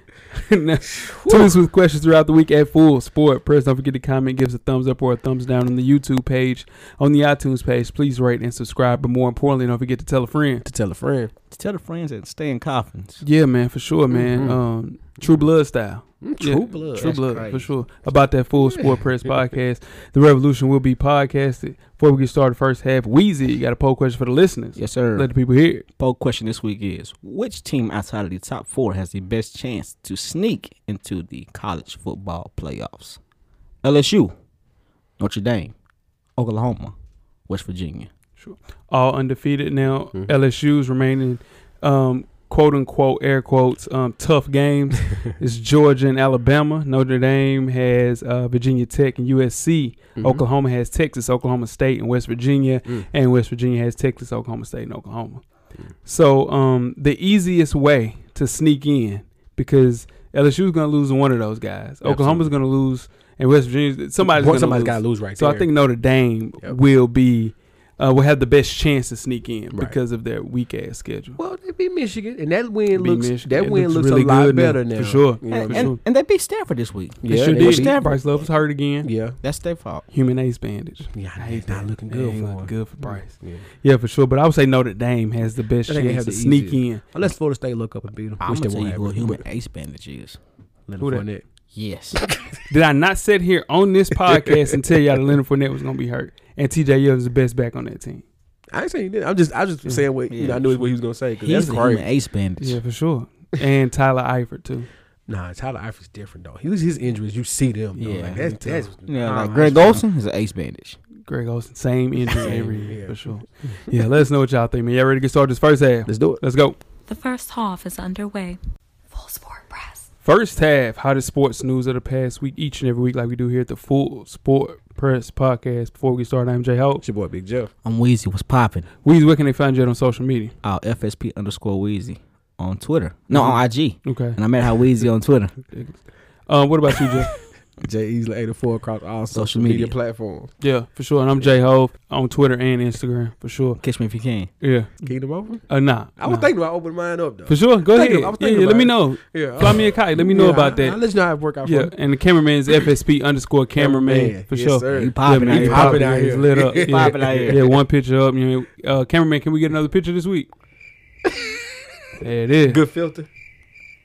Speaker 2: Now, Tweet us with questions throughout the week at Full Sport Press. Don't forget to comment, give us a thumbs up or a thumbs down on the YouTube page, on the iTunes page. Please rate and subscribe, but more importantly, don't forget to tell a friend.
Speaker 4: To tell a friend.
Speaker 3: Tell the friends that stay in coffins.
Speaker 2: Yeah, man, for sure, man.
Speaker 3: Mm-hmm.
Speaker 4: Mhm.
Speaker 2: Um, True Blood style. Yeah,
Speaker 4: True blood.
Speaker 2: True
Speaker 3: Mm, That's
Speaker 2: Blood,
Speaker 3: crazy.
Speaker 2: for sure. About that Full Sport Press podcast. The revolution will be podcasted. Before we get started, first half, Wheezy, you got a poll question for the listeners.
Speaker 3: Yes, sir.
Speaker 2: Let the people hear it.
Speaker 3: poll question this week is which team outside of the top four has the best chance to sneak into the college football playoffs? LSU, Notre Dame, Oklahoma, West Virginia.
Speaker 2: All undefeated now.
Speaker 4: Mm-hmm.
Speaker 2: LSU's remaining, um, quote unquote, air quotes, um, tough games. it's Georgia and Alabama. Notre Dame has uh, Virginia Tech and USC. Oklahoma has Texas, Oklahoma State, and West Virginia,
Speaker 4: Mm-hmm. Mm.
Speaker 2: and West Virginia has Texas, Oklahoma State, and Oklahoma. So um, the easiest way to sneak in because LSU's going to lose to one of those guys. Oklahoma's going to lose, and West Virginia somebody's going
Speaker 4: One-
Speaker 2: to lose.
Speaker 4: somebody's got to lose right
Speaker 2: so
Speaker 4: there.
Speaker 2: I think Notre Dame
Speaker 4: Yep.
Speaker 2: will be uh, will have the best chance to sneak in
Speaker 4: Right.
Speaker 2: because of their weak ass schedule.
Speaker 4: Well, they beat Michigan, and that win
Speaker 2: Beat
Speaker 4: looks
Speaker 2: Michigan.
Speaker 4: that
Speaker 2: It
Speaker 4: win
Speaker 2: looks
Speaker 4: looks,
Speaker 2: really
Speaker 4: a lot
Speaker 2: good now,
Speaker 4: better now.
Speaker 2: for sure.
Speaker 4: You know
Speaker 3: And,
Speaker 4: what I
Speaker 2: sure.
Speaker 4: mean?
Speaker 3: and, and they beat Stanford this week.
Speaker 2: They
Speaker 4: Yeah,
Speaker 2: sure
Speaker 4: they
Speaker 2: did.
Speaker 4: beat-
Speaker 2: Bryce Love was hurt again.
Speaker 4: yeah,
Speaker 3: That's their fault.
Speaker 2: Human ace bandage.
Speaker 4: yeah,
Speaker 2: I
Speaker 4: it's
Speaker 2: hate
Speaker 4: not
Speaker 2: that.
Speaker 4: looking
Speaker 2: It
Speaker 4: good
Speaker 2: ain't
Speaker 4: for
Speaker 2: looking
Speaker 4: him.
Speaker 2: good for Bryce.
Speaker 4: Yeah.
Speaker 2: Yeah, for sure. But I would say Notre Dame has the best
Speaker 4: I think they
Speaker 2: chance
Speaker 4: have
Speaker 2: to
Speaker 4: the
Speaker 2: sneak in.
Speaker 4: easiest. Unless Florida State look up and beat them,
Speaker 3: I'm
Speaker 4: which
Speaker 3: gonna
Speaker 4: they
Speaker 3: tell
Speaker 4: won't
Speaker 3: you who a
Speaker 4: have.
Speaker 3: human ace bandage is.
Speaker 4: Leonard
Speaker 2: Who that?
Speaker 4: Fournette.
Speaker 3: Yes.
Speaker 2: Did I not sit here on this podcast and tell y'all that Leonard Fournette was gonna be hurt? And TJ Yeldon is the best back on that team.
Speaker 4: I ain't saying he did. I'm just, I was just saying what you know. I knew what he was gonna say because that's
Speaker 3: He's the
Speaker 4: crazy.
Speaker 3: human ace bandage.
Speaker 2: Yeah, for sure. And Tyler Eifert too.
Speaker 4: Nah, Tyler Eifert's different though. He was his injuries. You see them. Though.
Speaker 3: Yeah,
Speaker 4: like,
Speaker 2: you
Speaker 4: that's
Speaker 2: can
Speaker 4: that's
Speaker 3: Yeah,
Speaker 4: nah,
Speaker 3: like Greg
Speaker 4: that's-
Speaker 3: Olson is an ace bandage.
Speaker 2: Greg Olsen, same injury every
Speaker 4: Same,
Speaker 2: year
Speaker 4: yeah.
Speaker 2: for sure. Yeah, let us know what y'all think, man. Y'all ready to get started this first half?
Speaker 4: Let's do it.
Speaker 2: Let's go.
Speaker 1: The first half is underway. Full Sport Press.
Speaker 2: First half, hottest sports news of the past week, each and every week, like we do here at the Full Sport Press Podcast. Before we start, I'm Jay Hope.
Speaker 4: It's your boy Big Jeff.
Speaker 3: I'm Wheezy. What's popping?
Speaker 2: Weezy, where can they find you at on social media?
Speaker 3: Uh, FSP underscore Wheezy on Twitter. No, on IG.
Speaker 2: Okay.
Speaker 3: And I'm at How Wheezy on Twitter.
Speaker 2: Um, what about you, Jay?
Speaker 4: Jay Easley eighty four across all social,
Speaker 3: Social
Speaker 4: media,
Speaker 3: media.
Speaker 4: platforms.
Speaker 2: Yeah, for sure. And I'm Jay Hove on Twitter and Instagram for sure.
Speaker 3: Catch me if you can.
Speaker 2: Yeah,
Speaker 4: Kingdom over.
Speaker 2: uh, nah.
Speaker 4: I was
Speaker 2: nah.
Speaker 4: thinking about opening mine up though.
Speaker 2: for sure. Go
Speaker 4: Thinking-
Speaker 2: ahead.
Speaker 4: I was
Speaker 2: Yeah,
Speaker 4: thinking
Speaker 2: yeah, let
Speaker 4: about
Speaker 2: me
Speaker 4: it.
Speaker 2: know.
Speaker 4: Yeah, uh,
Speaker 2: Fly me a kite. Let me know
Speaker 4: Yeah,
Speaker 2: about
Speaker 4: I-
Speaker 2: that.
Speaker 4: I let you know how it work out. for
Speaker 2: yeah,
Speaker 4: me.
Speaker 2: and the cameraman is FSP underscore cameraman
Speaker 4: Cameraman.
Speaker 2: for
Speaker 4: Yes,
Speaker 2: sure.
Speaker 4: sir.
Speaker 3: You
Speaker 2: Yeah,
Speaker 3: popping
Speaker 2: man,
Speaker 3: out
Speaker 2: you
Speaker 3: here.
Speaker 2: popping
Speaker 4: Popping
Speaker 2: out
Speaker 4: out
Speaker 2: here.
Speaker 4: here.
Speaker 2: It's lit up. Yeah.
Speaker 3: Popping out here.
Speaker 2: Yeah, one picture up. You know, uh, cameraman, can we get another picture this week? There it is.
Speaker 4: Good filter.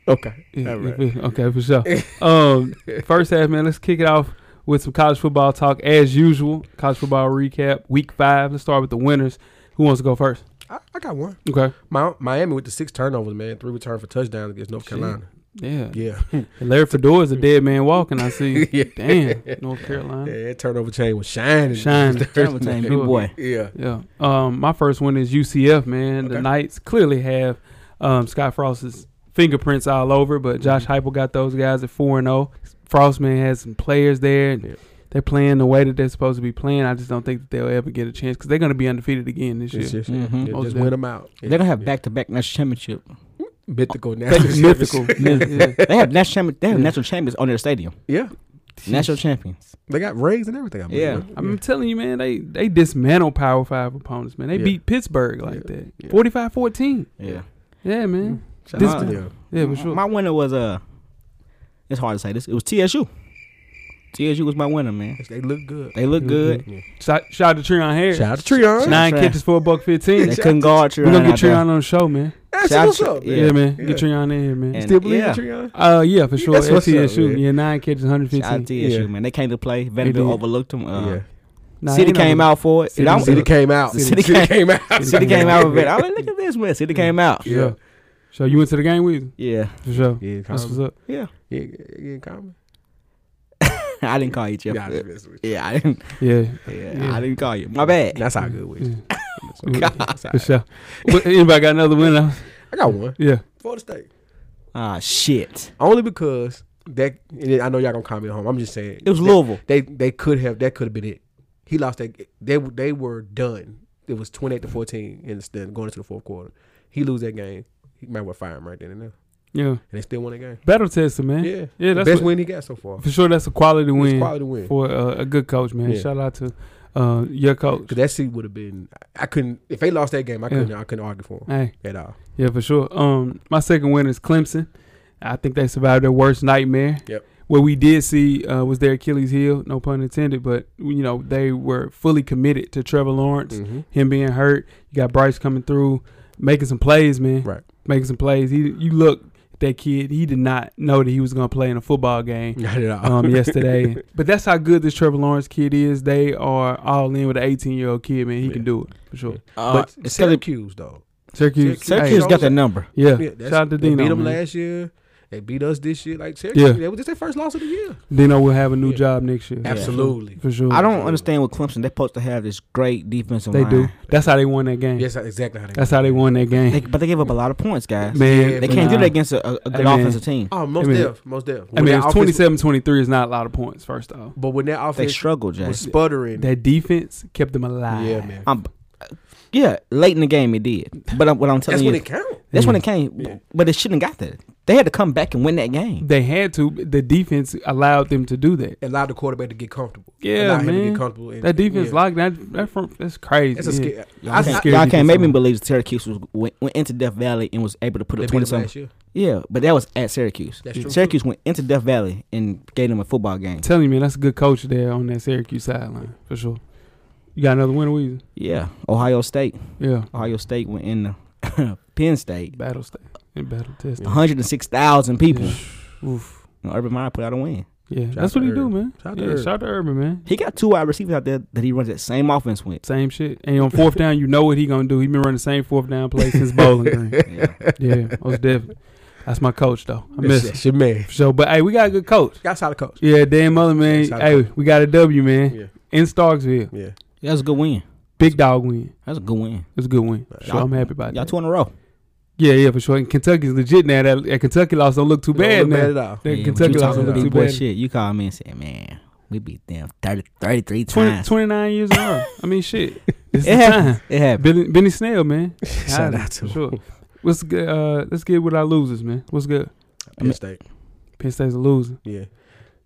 Speaker 4: Okay.
Speaker 2: Yeah,
Speaker 4: All right.
Speaker 2: yeah, for- Okay, for sure. um, first half, man, let's kick it off with some college football talk as usual. College football recap, week five. Let's start with the winners. Who wants to go first?
Speaker 4: I, I got one.
Speaker 2: Okay.
Speaker 4: Mi- Miami with the six turnovers, man. Three return for touchdowns against North
Speaker 2: Shit.
Speaker 4: Carolina.
Speaker 2: Yeah.
Speaker 4: Yeah.
Speaker 2: And Larry Fedora is a dead man walking. I see.
Speaker 4: Yeah.
Speaker 2: Damn. North Carolina.
Speaker 4: yeah, that turnover chain was shining.
Speaker 2: Shining.
Speaker 3: Everything, big boy.
Speaker 4: Yeah.
Speaker 2: Yeah. Um, my first one is UCF, man. The
Speaker 4: Okay.
Speaker 2: Knights clearly have um, Scott Frost's fingerprints all over,
Speaker 4: Mm-hmm.
Speaker 2: but Josh Heupel got those guys at 4 and 0. Frost, man, has some players there, and
Speaker 4: Yeah.
Speaker 2: they're playing the way that they're supposed to be playing. I just don't think that they'll ever get a chance because they're going to be undefeated again this year.
Speaker 4: It's just,
Speaker 3: Mhm.
Speaker 4: yeah,
Speaker 2: Most
Speaker 4: just
Speaker 2: definitely.
Speaker 4: win them out.
Speaker 3: They're gonna have
Speaker 4: Yeah.
Speaker 3: back to back national championship.
Speaker 4: mythical now.
Speaker 2: Mythical. Yeah.
Speaker 3: They have national champion. They have
Speaker 2: Yeah.
Speaker 3: national champions on their stadium.
Speaker 4: Yeah,
Speaker 3: National champions.
Speaker 4: they got rings and everything. I believe.
Speaker 3: Yeah.
Speaker 4: right?
Speaker 2: I'm telling you, man, they they dismantle Power Five opponents, man. They
Speaker 4: Yeah.
Speaker 2: beat Pittsburgh like
Speaker 4: Yeah.
Speaker 2: that,
Speaker 4: Yeah. Mm.
Speaker 2: 45-14.
Speaker 3: Yeah.
Speaker 2: Yeah, man.
Speaker 4: Shout out
Speaker 3: This-
Speaker 4: to them.
Speaker 2: Yeah, for sure.
Speaker 3: My winner was uh, it's hard to say this. It was TSU. TSU was my winner, man.
Speaker 4: They look good.
Speaker 3: They look good.
Speaker 2: Shout, shout out to Treon Harris.
Speaker 4: Shout out to Treon.
Speaker 3: out
Speaker 2: Nine
Speaker 3: to Treon.
Speaker 2: catches for a buck fifteen.
Speaker 3: They couldn't guard Treon.
Speaker 2: We're gonna get
Speaker 3: out there.
Speaker 2: Treon on the show, man.
Speaker 4: That's
Speaker 3: Shout
Speaker 4: what's
Speaker 3: out to-
Speaker 4: up.
Speaker 2: Yeah,
Speaker 4: man.
Speaker 2: man.
Speaker 4: Yeah.
Speaker 2: Get Treon in here, man.
Speaker 3: And-
Speaker 4: Still believe
Speaker 3: Yeah.
Speaker 4: in Treon?
Speaker 2: uh, yeah, for sure.
Speaker 4: That's what's up,
Speaker 2: ATSU,
Speaker 4: man.
Speaker 2: yeah, nine catches,
Speaker 3: Shout out
Speaker 2: 115.
Speaker 3: to
Speaker 4: Yeah.
Speaker 3: TSU, man. They came to play.
Speaker 2: did.
Speaker 3: Vanderbilt overlooked them. Uh,
Speaker 4: yeah.
Speaker 2: Nah,
Speaker 3: City
Speaker 2: ain't no-
Speaker 3: came out for it.
Speaker 2: City-
Speaker 3: City, I was,
Speaker 4: City
Speaker 3: City,
Speaker 4: came out.
Speaker 3: City came-
Speaker 4: out.
Speaker 3: came out with it. I was like, look at this, man. City came out.
Speaker 2: Yeah. So you went to the game with him?
Speaker 3: Yeah.
Speaker 2: For sure.
Speaker 4: Yeah,
Speaker 2: That's what's
Speaker 4: Common.
Speaker 2: up.
Speaker 3: Yeah.
Speaker 4: Yeah, yeah, Common.
Speaker 3: I didn't call you, Jeff.
Speaker 4: Yeah, I
Speaker 3: Yeah,
Speaker 4: just mess with you.
Speaker 3: yeah I didn't.
Speaker 2: Yeah.
Speaker 3: Yeah,
Speaker 2: Yeah.
Speaker 3: I didn't call you. My bad.
Speaker 4: That's how good we is. That's all
Speaker 2: For
Speaker 4: right.
Speaker 2: sure. What- Anybody got another winner?
Speaker 4: I got one.
Speaker 2: Yeah.
Speaker 4: Florida State.
Speaker 3: Ah, shit.
Speaker 4: Only because that and I know y'all gonna comment home. I'm just saying
Speaker 3: It was
Speaker 4: that-
Speaker 3: Louisville.
Speaker 4: They they could have that could have been it. He lost that they they were done. It was 28 to 14 in the stand going into the fourth quarter. He lose that game. He might well fire him right then and there. And
Speaker 2: Yeah.
Speaker 4: they still won that game.
Speaker 2: Battle tester, man.
Speaker 4: Yeah.
Speaker 2: Yeah,
Speaker 4: The
Speaker 2: that's
Speaker 4: best
Speaker 2: what-
Speaker 4: win he got so far.
Speaker 2: For sure, that's a quality
Speaker 4: It's
Speaker 2: win
Speaker 4: quality win.
Speaker 2: for uh, a good coach, man.
Speaker 4: Yeah.
Speaker 2: Shout out to uh, your coach.
Speaker 4: Cause that seat would have been I couldn't if they lost that game, I couldn't I couldn't argue for him
Speaker 2: Hey,
Speaker 4: at all.
Speaker 2: yeah, for sure. Um, my second win is Clemson. I think they survived their worst nightmare.
Speaker 4: Yep.
Speaker 2: What we did see uh, was their Achilles heel, no pun intended, but you know they were fully committed to Trevor Lawrence,
Speaker 4: Mhm.
Speaker 2: him being hurt. You got Bryce coming through, making some plays, man.
Speaker 4: Right.
Speaker 2: Making some plays. He, you look at that kid. He did not know that he was gonna play in a football game.
Speaker 4: Not at all.
Speaker 2: um, yesterday. But that's how good this Trevor Lawrence kid is. They are all in with an 18 year old kid, man. He can
Speaker 4: Yeah.
Speaker 2: do it for sure.
Speaker 3: Uh,
Speaker 4: but
Speaker 3: it's Syracuse.
Speaker 4: Syracuse though.
Speaker 2: Syracuse,
Speaker 4: Syracuse-
Speaker 2: hey,
Speaker 3: Syracuse got that number.
Speaker 2: yeah.
Speaker 4: Yeah, that's-
Speaker 2: Shout out to
Speaker 4: they
Speaker 2: Dino.
Speaker 4: beat them
Speaker 2: man.
Speaker 4: last year. They beat us this year. Like Syracuse,
Speaker 2: Yeah.
Speaker 4: that was just their first loss of the year.
Speaker 2: Dino will have a new
Speaker 4: Yeah.
Speaker 2: job next year.
Speaker 4: Absolutely.
Speaker 2: For sure.
Speaker 3: I don't understand what Clemson. They're supposed to have this great defensive
Speaker 2: They
Speaker 3: line.
Speaker 2: do. That's how they won that game.
Speaker 4: Yes, that's exactly how they.
Speaker 2: That's how they won that game.
Speaker 3: They, but they gave up a lot of points, guys.
Speaker 2: man,
Speaker 4: Yeah,
Speaker 3: they
Speaker 4: but
Speaker 3: can't do
Speaker 2: nah.
Speaker 3: that against a, a, a good
Speaker 2: I mean-
Speaker 3: offensive team.
Speaker 4: Oh, most
Speaker 2: I mean-
Speaker 4: deaf, most deaf.
Speaker 2: I mean, it's 27 23 is not a lot of points, first off.
Speaker 4: But when that
Speaker 3: They
Speaker 4: offense
Speaker 3: struggled, Jay.
Speaker 4: was sputtering,
Speaker 2: That defense kept them alive.
Speaker 4: yeah, man.
Speaker 3: Um, yeah, late in the game it did. But um, what I'm telling
Speaker 4: That's
Speaker 3: you,
Speaker 4: when it counts.
Speaker 3: that's when it Mm. came.
Speaker 4: Yeah.
Speaker 3: But it shouldn't have got there. They had to come back and win that game.
Speaker 2: They had to. The defense allowed them to do that.
Speaker 4: Allowed the quarterback to get comfortable.
Speaker 2: Yeah,
Speaker 4: Allowed him to
Speaker 2: man.
Speaker 4: get comfortable. And,
Speaker 2: That defense
Speaker 4: yeah.
Speaker 2: locked that. That front, that's crazy.
Speaker 4: That's a
Speaker 2: Yeah.
Speaker 4: scare.
Speaker 3: Y'all
Speaker 4: I-
Speaker 2: that's
Speaker 3: can't,
Speaker 2: scary
Speaker 3: y'all can't
Speaker 2: defense
Speaker 3: make me
Speaker 2: line.
Speaker 3: believe Syracuse was, went, went into Death Valley and was able to put
Speaker 4: They
Speaker 3: up
Speaker 4: beat
Speaker 3: twenty
Speaker 4: us
Speaker 3: something.
Speaker 4: last year.
Speaker 3: Yeah, but that was at Syracuse.
Speaker 4: That's true.
Speaker 3: Syracuse went into Death Valley and gave them a football game.
Speaker 2: I'm telling you, man, that's a good coach there on that Syracuse sideline for sure. You got another winner, Weezy?
Speaker 3: Yeah, Ohio State.
Speaker 2: Yeah,
Speaker 3: Ohio State went in the Penn State.
Speaker 2: battle state and battle test.
Speaker 3: One hundred and six thousand people.
Speaker 2: Oof.
Speaker 3: And Urban Meyer put out a win.
Speaker 2: Yeah,
Speaker 4: Shout
Speaker 2: that's
Speaker 4: out
Speaker 2: what he
Speaker 4: to
Speaker 2: do,
Speaker 4: Urban.
Speaker 2: man.
Speaker 4: Shout out to
Speaker 2: yeah,
Speaker 4: Urban.
Speaker 2: shout to Urban, man.
Speaker 3: He got two wide receivers out there that he runs that same offense with.
Speaker 2: Same shit. And on fourth down, you know what he gonna do. He been running the same fourth down play since Bowling Green.
Speaker 3: Yeah.
Speaker 2: Yeah, most definitely. That's my coach though. I miss
Speaker 4: That's,
Speaker 2: him
Speaker 4: that's your man.
Speaker 2: for sure. But hey, we got a good coach.
Speaker 4: Got solid coach.
Speaker 2: Yeah, Dan Mullen, man.
Speaker 4: Shout out
Speaker 2: Hey, we got a W, man.
Speaker 4: Yeah,
Speaker 2: In Starksville,
Speaker 4: yeah.
Speaker 3: That was a good win.
Speaker 2: big dog win.
Speaker 3: That was a good win.
Speaker 2: It's a good win. So
Speaker 3: Y'all-
Speaker 2: I'm happy about
Speaker 3: Y'all
Speaker 2: that.
Speaker 3: two in a row.
Speaker 2: yeah, yeah, for sure. And Kentucky's legit now. That, that Kentucky loss don't look too
Speaker 4: Don't
Speaker 2: bad
Speaker 4: look
Speaker 2: now.
Speaker 4: bad at all.
Speaker 2: That
Speaker 3: Yeah,
Speaker 2: Kentucky
Speaker 3: you
Speaker 2: loss
Speaker 3: talking
Speaker 2: don't look
Speaker 4: about
Speaker 3: big
Speaker 2: too
Speaker 3: boy
Speaker 2: bad.
Speaker 3: shit. You call me and say, man, we beat them 30, 33
Speaker 2: 20,
Speaker 3: times.
Speaker 2: 29 years in a row. I mean, shit. It's
Speaker 3: it
Speaker 2: the time.
Speaker 3: happened. It happened.
Speaker 2: Benny, Benny Snell, man.
Speaker 4: Shout
Speaker 2: Howdy,
Speaker 4: out to
Speaker 2: for
Speaker 4: him.
Speaker 2: sure. What's good? Uh, let's get with our losers, man. What's good?
Speaker 4: Penn State.
Speaker 2: Penn State's a loser.
Speaker 4: Yeah.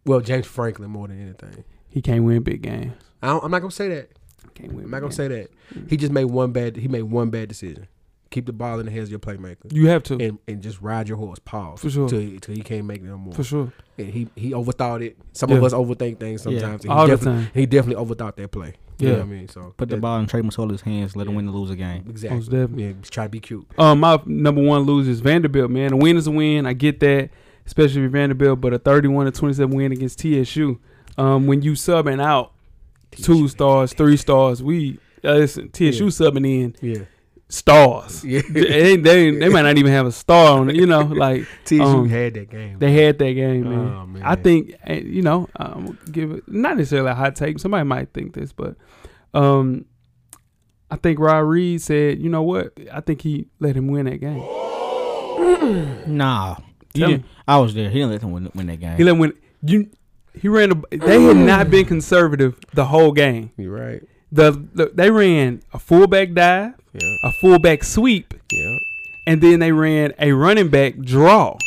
Speaker 4: Well, James Franklin more than anything.
Speaker 2: He can't win big games.
Speaker 4: I don't, I'm not gonna say that.
Speaker 2: Can't win.
Speaker 4: I'm not
Speaker 2: big
Speaker 4: gonna
Speaker 2: games.
Speaker 4: say that. He just made one bad. He made one bad decision. Keep the ball in the hands of your playmaker,
Speaker 2: You have to,
Speaker 4: and and just ride your horse. Pause.
Speaker 2: For sure.
Speaker 4: Till, till he can't make no more.
Speaker 2: for sure.
Speaker 4: And he he overthought it. Some
Speaker 2: Yeah.
Speaker 4: of us overthink things sometimes.
Speaker 3: Yeah.
Speaker 4: and he
Speaker 2: All the
Speaker 4: definitely-
Speaker 2: time.
Speaker 4: He definitely overthought that play. You
Speaker 2: Yeah.
Speaker 4: know what I mean, so
Speaker 3: Put the
Speaker 4: that-
Speaker 3: ball in Trey Masola's hands, let him win the loser game.
Speaker 4: Exactly.
Speaker 2: Most definitely.
Speaker 4: Yeah. just Try to be cute.
Speaker 2: Um, my number one loser is Vanderbilt, man. A win is a win. I get that, especially with Vanderbilt, but a 31 to 27 win against TSU. Um, when you subbing out two stars, three stars, we uh, listen, TSU subbing in
Speaker 4: Yeah.
Speaker 2: stars.
Speaker 4: Yeah.
Speaker 2: They, they, they might not even have a star on it, you know, like
Speaker 4: TSU
Speaker 2: um,
Speaker 4: had that game.
Speaker 2: They had that game, man.
Speaker 4: Oh, man.
Speaker 2: I think eh, you know, I'm gonna give it not necessarily a hot take. Somebody might think this, but um, I think Rod Reed said, you know what? I think he let him win that game.
Speaker 3: Nah. You
Speaker 2: Tell
Speaker 3: didn't- I was there. He didn't let them win, win that game.
Speaker 2: He let him win. You, he ran. A, they had not been conservative the whole game.
Speaker 4: you right.
Speaker 2: The, the they ran a fullback dive,
Speaker 4: Yeah.
Speaker 2: a fullback sweep,
Speaker 4: Yeah.
Speaker 2: and then they ran a running back draw.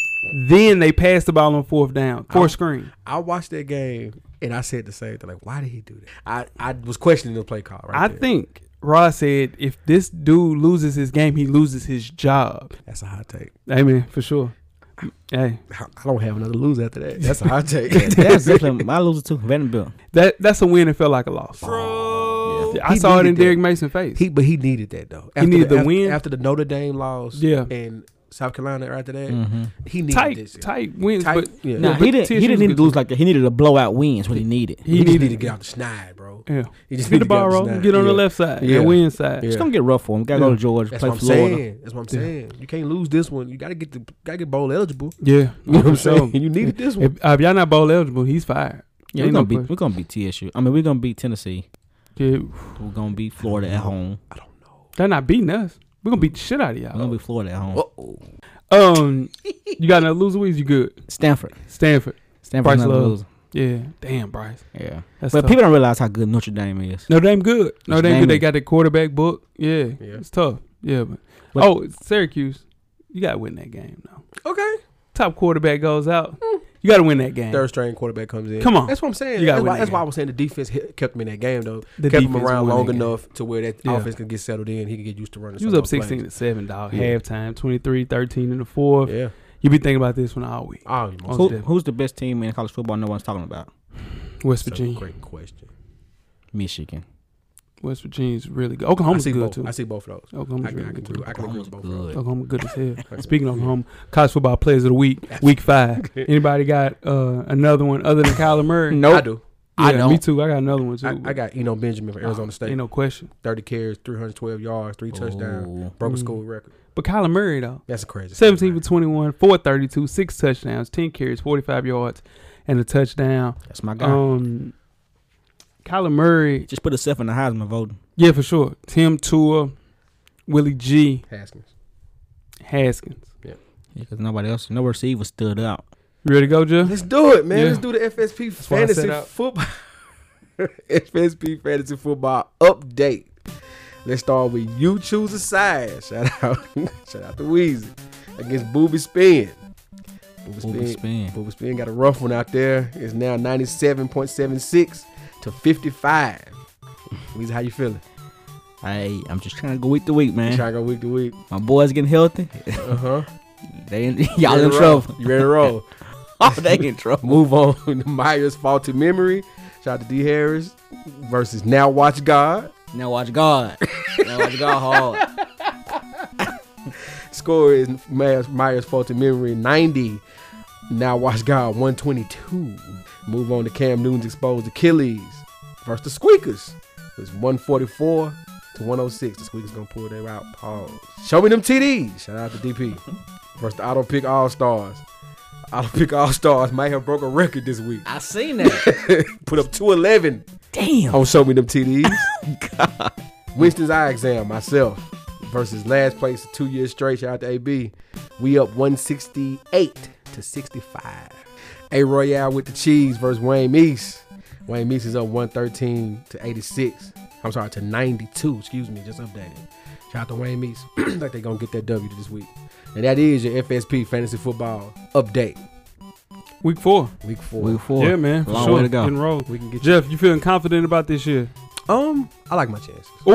Speaker 2: Then they passed the ball on fourth down, fourth screen.
Speaker 4: I watched that game and I said the same thing. Like, why did he do that? I, I was questioning the play call. Right.
Speaker 2: I
Speaker 4: there.
Speaker 2: think Ross said if this dude loses his game, he loses his job.
Speaker 4: that's a hot take.
Speaker 2: Amen, for sure. Hey,
Speaker 4: I I don't have another lose after that. That's a hot take.
Speaker 3: That's definitely my loser too. Vanderbilt.
Speaker 2: that that's a win. It felt like a loss.
Speaker 3: Yeah.
Speaker 2: I
Speaker 4: He
Speaker 2: saw it in
Speaker 4: needed that.
Speaker 2: Derek Mason's face.
Speaker 4: He, but he needed that though. After
Speaker 2: needed the
Speaker 4: after-
Speaker 2: win?
Speaker 4: after the Notre Dame loss.
Speaker 2: Yeah. Mm-hmm.
Speaker 4: and South Carolina right after that.
Speaker 3: Mhm.
Speaker 4: He needed
Speaker 2: tight,
Speaker 4: this.
Speaker 2: tight wins,
Speaker 4: Tight-
Speaker 2: but
Speaker 4: yeah.
Speaker 3: Nah,
Speaker 2: but
Speaker 3: he didn't.
Speaker 2: TSU
Speaker 3: He didn't
Speaker 2: was
Speaker 3: need
Speaker 2: good
Speaker 3: to lose like that. He needed a blowout win. Is what he needed.
Speaker 4: He,
Speaker 2: He
Speaker 4: just
Speaker 2: needed-
Speaker 4: needed to get out the snide, bro.
Speaker 2: Yeah.
Speaker 4: He just
Speaker 2: Get
Speaker 4: needed
Speaker 2: the
Speaker 4: to out
Speaker 2: ball rolling.
Speaker 4: snide.
Speaker 2: Get on the
Speaker 4: Yeah.
Speaker 2: left side.
Speaker 4: Yeah.
Speaker 2: The win side.
Speaker 4: Yeah.
Speaker 3: It's gonna get rough for him. Gotta go to Georgia.
Speaker 4: That's
Speaker 3: play
Speaker 4: what I'm
Speaker 3: Florida.
Speaker 4: saying. That's what I'm saying. You can't lose this one. You gotta get the gotta get bowl eligible.
Speaker 2: Yeah.
Speaker 4: You know what I'm
Speaker 2: For sure.
Speaker 4: saying? You needed this one.
Speaker 2: If, uh, if y'all not bowl eligible, he's fired.
Speaker 3: Yeah, we're
Speaker 2: Ain't
Speaker 3: gonna
Speaker 2: no
Speaker 3: beat.
Speaker 2: question.
Speaker 3: We're gonna beat TSU. I mean, we're gonna beat Tennessee.
Speaker 2: Yeah,
Speaker 3: We're gonna beat Florida at home.
Speaker 4: I don't know.
Speaker 2: they're not beating us. We're gonna beat the shit out of
Speaker 3: We're gonna
Speaker 2: y'all.
Speaker 3: beat Florida at home.
Speaker 2: Um, you got another loser? Weeze? You good?
Speaker 3: Stanford.
Speaker 2: Stanford.
Speaker 3: Stanford's
Speaker 2: Bryce
Speaker 3: not
Speaker 2: Love.
Speaker 3: losing.
Speaker 2: Yeah. Damn, Bryce.
Speaker 3: Yeah,
Speaker 2: That's
Speaker 3: but
Speaker 2: tough.
Speaker 3: people don't realize how good Notre Dame is.
Speaker 2: No, damn good. No, damn
Speaker 3: It's
Speaker 2: good. They
Speaker 3: Damon.
Speaker 2: got the quarterback book. Yeah,
Speaker 4: Yeah.
Speaker 2: it's tough. Yeah, but,
Speaker 3: But-
Speaker 2: oh, Syracuse, you got to win that game though.
Speaker 4: Okay.
Speaker 2: Top quarterback goes out. You got to win that game.
Speaker 4: Third string quarterback comes in.
Speaker 2: Come on.
Speaker 4: That's what I'm saying.
Speaker 2: You gotta
Speaker 4: That's,
Speaker 2: win
Speaker 4: why,
Speaker 2: that
Speaker 4: that's why I
Speaker 2: game.
Speaker 4: was saying the defense hit, kept him in that game though.
Speaker 2: The
Speaker 4: kept him
Speaker 2: defense
Speaker 4: around
Speaker 2: won that
Speaker 4: long
Speaker 2: game.
Speaker 4: enough to where that
Speaker 2: Yeah.
Speaker 4: offense could get settled in. He could get used to running.
Speaker 2: You was
Speaker 4: some
Speaker 2: up
Speaker 4: of those
Speaker 2: sixteen to seven, dog.
Speaker 4: Yeah.
Speaker 2: Halftime, 23-13 in the fourth.
Speaker 4: plays. Yeah.
Speaker 2: You be thinking about this one all week.
Speaker 4: Oh, you
Speaker 2: Oh,
Speaker 4: must
Speaker 3: Who,
Speaker 2: definitely.
Speaker 3: who's the best team in college football? No one's talking about
Speaker 2: West
Speaker 4: that's a
Speaker 2: Virginia,
Speaker 4: great question.
Speaker 3: Michigan.
Speaker 2: West Virginia's really good.
Speaker 4: I
Speaker 2: Oklahoma's
Speaker 4: see
Speaker 2: good
Speaker 4: both.
Speaker 2: too.
Speaker 4: I see both of those. I
Speaker 2: Oklahoma's
Speaker 4: can, I
Speaker 2: really
Speaker 4: can,
Speaker 2: good
Speaker 4: do,
Speaker 2: too.
Speaker 4: I can agree
Speaker 3: Oklahoma's
Speaker 4: with both. of
Speaker 3: good.
Speaker 4: those.
Speaker 2: Oklahoma good as hell. Speaking of Oklahoma, college football players of the week, week five. Anybody got uh, another one other than Kyler Murray?
Speaker 4: I do.
Speaker 3: I
Speaker 2: Yeah,
Speaker 3: don't.
Speaker 2: Me too. I got another one too.
Speaker 4: I, I got Eno Benjamin from Arizona State.
Speaker 2: Ain't no question.
Speaker 4: 30 carries, 312 yards, three touchdowns,
Speaker 3: Ooh.
Speaker 4: broke a
Speaker 2: Mm.
Speaker 4: school record.
Speaker 2: But Kyler Murray though.
Speaker 4: That's a crazy.
Speaker 2: 17 for
Speaker 4: stat,
Speaker 2: 21, 432, six touchdowns, 10 carries, 45 yards, and a touchdown.
Speaker 3: That's my guy.
Speaker 2: Um, Kyler Murray,
Speaker 3: Just put yourself in the Heisman voting.
Speaker 2: yeah, for sure. Tim Tua, Willie G,
Speaker 4: man. Haskins.
Speaker 2: Haskins.
Speaker 3: Because nobody else, no receiver stood out.
Speaker 2: You ready to go, Jeff?
Speaker 4: Let's do it, man.
Speaker 2: Yeah.
Speaker 4: Let's do the FSP
Speaker 2: why I set
Speaker 4: fantasy
Speaker 2: out.
Speaker 4: football. FSP fantasy football update. Let's start with you choose a side. Shout out, shout out to Weezy against Booby Spin. Booby
Speaker 3: Who would spin?
Speaker 4: Booba Spin got a rough one out there. It's now 97.76 to 55. Weezy, how you feeling?
Speaker 3: Hey, I'm just trying to go week to week,
Speaker 4: You
Speaker 3: man.
Speaker 4: trying to go week to week?
Speaker 3: My boys getting healthy.
Speaker 4: Uh huh.
Speaker 3: They in, y'all in trouble.
Speaker 4: You ready to roll?
Speaker 3: Oh, they in trouble.
Speaker 4: Move on. Myers faulty memory. Shout out to D Harris versus now watch God.
Speaker 3: Now watch God. Now watch God hard.
Speaker 4: Score is Myers, Myers faulty memory 90. Now watch God 122. Move on to Cam Newton's exposed Achilles versus the Squeakers. It's 144 to 106. The Squeakers gonna pull their out. Pause. Show me them TDs. Shout out to DP versus the Auto Pick All Stars. Auto Pick All Stars might have broke a record this week.
Speaker 3: I seen that.
Speaker 4: Put up 211.
Speaker 3: Damn. Oh,
Speaker 4: Don't show me them TDs. Winston's eye exam, myself, versus last place two years straight. Shout out to AB. We up 168 to 65. A Royale with the cheese versus Wayne Meese. Wayne Meese is up 113 to 86. I'm sorry, to 92. Excuse me, just updated. Shout out to Wayne Meese. Looks like they're going to get that W this week. And that is your FSP Fantasy Football update,
Speaker 2: Week four.
Speaker 4: week four.
Speaker 3: Week four.
Speaker 2: Yeah, man. For
Speaker 3: Long
Speaker 2: sure.
Speaker 3: way to go.
Speaker 2: Getting rolled.
Speaker 4: We can get you.
Speaker 2: Jeff, you feeling confident about this year?
Speaker 4: Um, I like my chances.
Speaker 2: Ooh,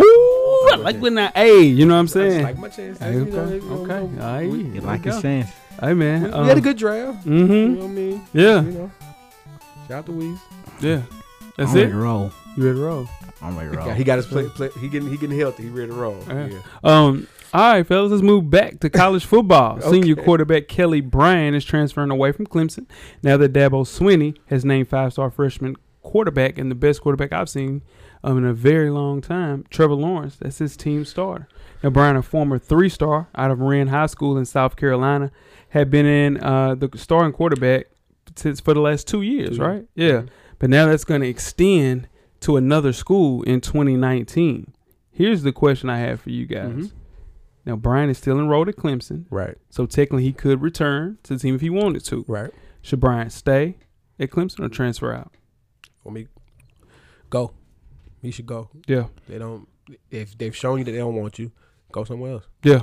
Speaker 2: I like when I, hey, you know what I'm
Speaker 4: I just
Speaker 2: saying?
Speaker 4: like my chances.
Speaker 2: Hey,
Speaker 4: you know,
Speaker 2: okay,
Speaker 4: you know,
Speaker 2: okay.
Speaker 4: you know,
Speaker 2: All right.
Speaker 4: we-
Speaker 2: You
Speaker 3: You
Speaker 2: There
Speaker 3: like
Speaker 2: we
Speaker 3: your
Speaker 2: go.
Speaker 3: sense.
Speaker 2: hey, man.
Speaker 4: We, we had a
Speaker 2: um,
Speaker 4: good draft. You know
Speaker 2: Mm-hmm.
Speaker 4: what I mean?
Speaker 2: Yeah,
Speaker 4: You know. Shout out to Weez.
Speaker 2: yeah. That's
Speaker 3: I'm ready
Speaker 2: it.
Speaker 3: to roll.
Speaker 2: You ready to roll?
Speaker 3: I'm ready to roll.
Speaker 4: Yeah, he got his play, play. He getting he getting healthy. He ready to roll.
Speaker 2: Yeah.
Speaker 4: Yeah.
Speaker 2: Um, all right, fellas, let's move back to college football.
Speaker 4: Okay.
Speaker 2: Senior quarterback Kelly Bryant is transferring away from Clemson now that Dabo Swinney has named five-star freshman quarterback and the best quarterback I've seen um, in a very long time, Trevor Lawrence. That's his team starter. Now, Brian, a former three star out of Marin High School in South Carolina, had been in uh, the starting quarterback since for the last two years,
Speaker 4: Two.
Speaker 2: right? Yeah. But now that's going to extend to another school in 2019. Here's the question I have for you guys.
Speaker 4: Mhm.
Speaker 2: Now, Brian is still enrolled at Clemson,
Speaker 4: Right.
Speaker 2: so technically he could return to the team if he wanted to.
Speaker 4: Right.
Speaker 2: Should Brian stay at Clemson or transfer out?
Speaker 4: Let me go. You should go.
Speaker 2: Yeah.
Speaker 4: They don't. If they've shown you that they don't want you, go somewhere else.
Speaker 2: Yeah.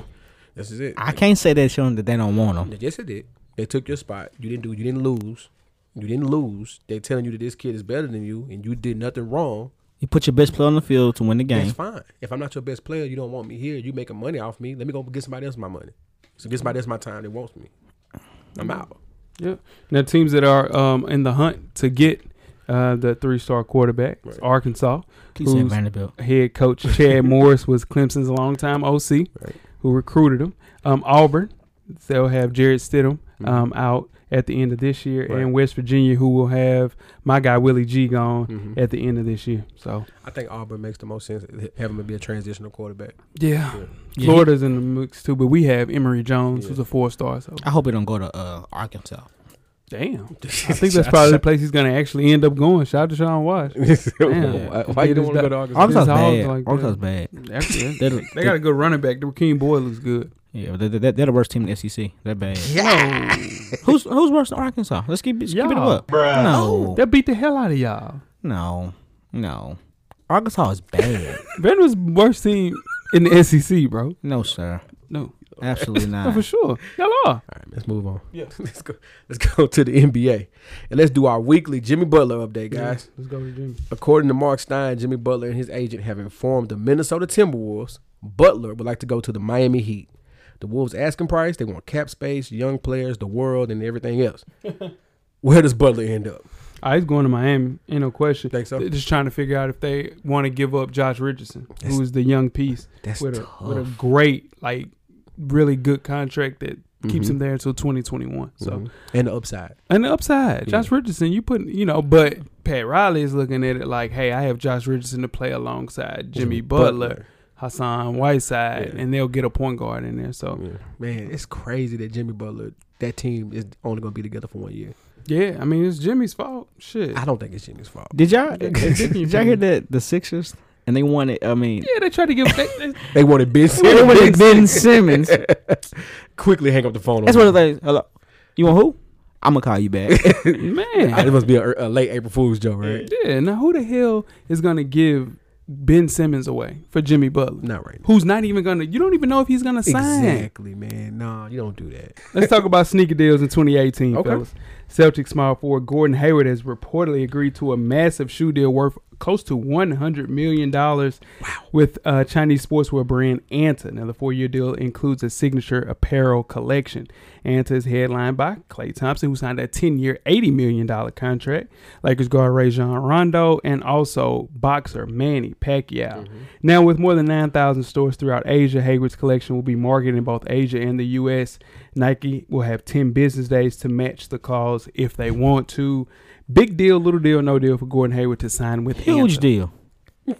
Speaker 4: This is it.
Speaker 3: I can't say that showing that they don't want him.
Speaker 4: Yes, it did. They took your spot. You didn't do. You didn't lose. You didn't lose. They telling you that this kid is better than you, and you did nothing wrong.
Speaker 3: You put your best player on the field to win the
Speaker 4: That's
Speaker 3: game.
Speaker 4: fine. If I'm not your best player, you don't want me here. You making money off me. Let me go get somebody else my money. So get somebody else my time that wants me. I'm
Speaker 2: Mm-hmm.
Speaker 4: out.
Speaker 2: Yeah. Now, teams that are um, in the hunt to get uh, the three star quarterback it's
Speaker 4: Right.
Speaker 2: Arkansas.
Speaker 3: Keep saying
Speaker 2: who's
Speaker 3: Vanderbilt.
Speaker 2: head coach Chad Morris was Clemson's longtime OC
Speaker 4: Right.
Speaker 2: who recruited him. Um, Auburn, they'll have Jared Stidham um, out at the end of this year,
Speaker 4: Mm-hmm. Right.
Speaker 2: and West Virginia, who will have my guy Willie G gone
Speaker 4: Mhm.
Speaker 2: at the end of this year. So,
Speaker 4: I think Auburn makes the most sense having him be a transitional quarterback.
Speaker 2: yeah.
Speaker 4: Yeah.
Speaker 3: Yeah.
Speaker 2: Florida's in the mix too, but we have Emory Jones,
Speaker 4: Yeah.
Speaker 2: who's a four star. So
Speaker 3: I hope it don't go to uh, Arkansas.
Speaker 2: damn, I think that's probably the place he's gonna actually end up going. Shout out to Sean Watts. Damn.
Speaker 4: why, why you don't want to go to Arkansas?
Speaker 2: Arkansas-
Speaker 3: Arkansas's
Speaker 2: hogs
Speaker 3: bad.
Speaker 2: like that.
Speaker 3: Arkansas's bad.
Speaker 2: Actually,
Speaker 3: They're,
Speaker 2: they got a good running back. Raheem Boyd looks good.
Speaker 3: yeah, they're, they're, they're the worst team in the SEC. They're bad. who's who's worse than Arkansas? Let's keep, let's keep it
Speaker 2: Y'all. Oh.
Speaker 3: up. No,
Speaker 2: They beat the hell out of y'all.
Speaker 3: no, no. Arkansas is bad.
Speaker 2: Vanderbilt's worst team in the SEC, bro.
Speaker 3: no, sir.
Speaker 2: No,
Speaker 3: Absolutely
Speaker 2: no,
Speaker 3: not.
Speaker 2: for sure. Y'all are.
Speaker 4: All right, let's move on. Yeah. let's go. Let's go to the NBA and let's do our weekly Jimmy Butler update, guys.
Speaker 2: let's go to Jimmy.
Speaker 4: According to Mark Stein, Jimmy Butler and his agent have informed the Minnesota Timberwolves Butler would like to go to the Miami Heat. The Wolves asking price, they want cap space, young players, the world, and everything else. Where does Butler end up?
Speaker 2: I was going to Miami, ain't no question.
Speaker 4: Think so?
Speaker 2: They're just trying to figure out if they want to give up Josh Richardson, who is the young piece
Speaker 4: That's
Speaker 2: with a with a great, like, really good contract that keeps
Speaker 4: Mm-hmm.
Speaker 2: him there until 2021. So,
Speaker 4: Mhm. And the upside.
Speaker 2: and the upside, Josh Richardson, you put, you know, but Pat Riley is looking at it like, hey, I have Josh Richardson to play alongside
Speaker 4: Mm-hmm.
Speaker 2: Jimmy Butler, Hassan Whiteside,
Speaker 4: Yeah.
Speaker 2: and they'll get a point guard in there. So,
Speaker 4: Yeah. Man, it's crazy that Jimmy Butler, that team is only going to be together for one year.
Speaker 2: yeah, I mean, it's Jimmy's fault. Shit.
Speaker 4: I don't think it's Jimmy's fault.
Speaker 3: Did y'all
Speaker 2: Okay.
Speaker 3: did y'all hear that the Sixers and they wanted? I mean,
Speaker 2: yeah, they tried to give. They, they,
Speaker 4: They wanted Ben Simmons.
Speaker 3: they wanted Ben Simmons.
Speaker 4: Quickly hang up the phone on
Speaker 3: That's one
Speaker 4: him.
Speaker 3: of the things. Hello, you want who? I'm gonna call you back.
Speaker 2: man,
Speaker 4: Ah, It must be a, a late April Fool's joke, right?
Speaker 2: Yeah, now who the hell is gonna give Ben Simmons away for Jimmy Butler?
Speaker 4: Not right.
Speaker 2: Who's not even gonna? You don't even know if he's gonna sign.
Speaker 4: Exactly, man. Nah, you don't do that.
Speaker 2: Let's talk about sneaker deals in 2018,
Speaker 4: Okay.
Speaker 2: fellas. Celtics small forward Gordon Hayward has reportedly agreed to a massive shoe deal worth close to 100 million dollars with uh, Chinese sportswear brand Anta. Now, the four-year deal includes a signature apparel collection. Anta is headlined by Klay Thompson, who signed a 10-year, 80 million dollar contract. Lakers guard Rajon Rondo and also boxer Manny Pacquiao.
Speaker 3: Mm-hmm.
Speaker 2: Now, with more than 9,000 stores throughout Asia, Hayward's collection will be marketed in both Asia and the U.S. Nike will have 10 business days to match the cause if they want to. Big deal, little deal, no deal for Gordon Hayward to sign with
Speaker 3: Huge
Speaker 2: Anta.
Speaker 3: deal.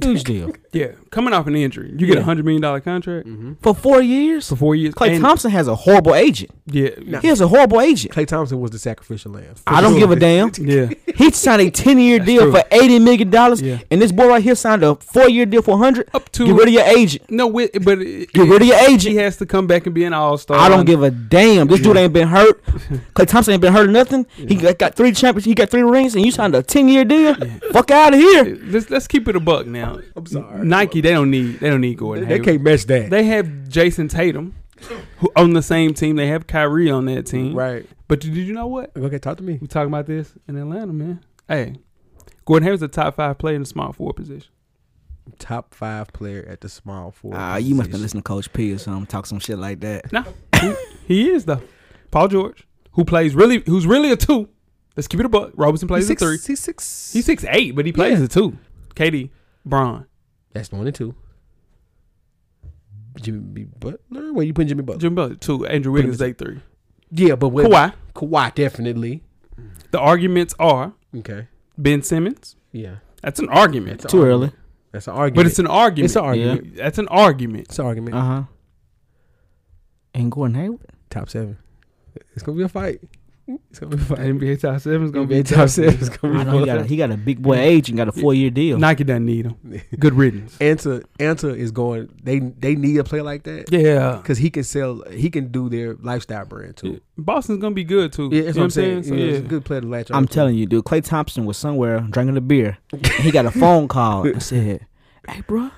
Speaker 3: Huge deal.
Speaker 2: Yeah, coming off an injury, you get a
Speaker 3: Yeah.
Speaker 2: hundred million dollar contract
Speaker 3: For four years,
Speaker 2: for four years.
Speaker 3: Clay
Speaker 2: And-
Speaker 3: Thompson has a horrible agent.
Speaker 2: Yeah,
Speaker 3: He has a horrible agent.
Speaker 4: Clay Thompson was the sacrificial lamb.
Speaker 3: I don't give a damn.
Speaker 2: yeah,
Speaker 3: He signed a ten year deal
Speaker 2: true.
Speaker 3: for eighty million dollars,
Speaker 2: Yeah.
Speaker 3: and this boy right here signed a four year deal for hundred.
Speaker 2: up to
Speaker 3: Get rid of your agent.
Speaker 2: no, wi- but it,
Speaker 3: Get rid of your
Speaker 2: he
Speaker 3: agent.
Speaker 2: has to come back and be an all star.
Speaker 3: I don't give a damn. This dude ain't been hurt. Clay Thompson ain't been hurt or nothing. He got, got three champions. He got three rings, and you signed a ten year deal. Fuck out of here.
Speaker 2: Let's, let's keep it a buck now.
Speaker 4: I'm sorry.
Speaker 2: Nike. They don't need. They don't need Gordon.
Speaker 4: They
Speaker 2: Hayward.
Speaker 4: can't match that.
Speaker 2: They have Jason Tatum, who on the same team. They have Kyrie on that team.
Speaker 4: right.
Speaker 2: But did you know what?
Speaker 4: Okay, Mm-hmm. talk to me.
Speaker 2: We talking about this in Atlanta, man. Hey, Gordon Hayward's a top five player in the small forward position.
Speaker 4: Top five player at the small four.
Speaker 3: Ah, you must have listened to Coach P or something. Talk some shit like that.
Speaker 2: No, he, he is though. Paul George, who plays really, who's really a two. Let's keep it a buck. Robinson plays
Speaker 4: six,
Speaker 2: a three.
Speaker 4: He's six.
Speaker 2: He's six eight, but he plays
Speaker 4: Yeah.
Speaker 2: a two. KD, Braun,
Speaker 4: That's one and two. Jimmy Butler. Where you putting Jimmy Butler?
Speaker 2: Jim Butler two, Andrew
Speaker 4: Put him
Speaker 2: Wiggins
Speaker 4: at
Speaker 2: eight three.
Speaker 4: yeah, but where
Speaker 2: Kawhi.
Speaker 4: Kawhi definitely.
Speaker 2: The arguments are
Speaker 4: Okay.
Speaker 2: Ben Simmons,
Speaker 4: Yeah,
Speaker 2: That's an argument.
Speaker 4: It's an
Speaker 3: Too
Speaker 4: argument.
Speaker 3: early.
Speaker 4: That's an argument.
Speaker 2: But it's an argument.
Speaker 4: It's an argument.
Speaker 2: That's an argument.
Speaker 4: It's an argument.
Speaker 3: Uh huh. And Gordon Hayward.
Speaker 4: top seven. It's gonna be a fight. It's gonna be a fight.
Speaker 2: NBA top seven is
Speaker 4: It's gonna
Speaker 2: gonna
Speaker 4: be
Speaker 2: be
Speaker 4: a top seven. It's gonna be
Speaker 3: I
Speaker 4: a
Speaker 3: know he got a, he got a big boy age and got a four year deal.
Speaker 2: Nike doesn't need him. Good riddance.
Speaker 4: Anta Anta is going. They they need a player like that
Speaker 2: Yeah,
Speaker 4: because he can sell. He can do their lifestyle brand too.
Speaker 2: Boston's gonna be good too.
Speaker 4: Yeah, that's
Speaker 2: you know
Speaker 4: what I'm saying.
Speaker 2: So,
Speaker 4: yeah,
Speaker 2: yeah,
Speaker 4: It's a good player to latch on.
Speaker 3: I'm
Speaker 4: to.
Speaker 3: telling you, dude. Clay Thompson was somewhere drinking a beer. and he got a phone call and said, "Hey, bro,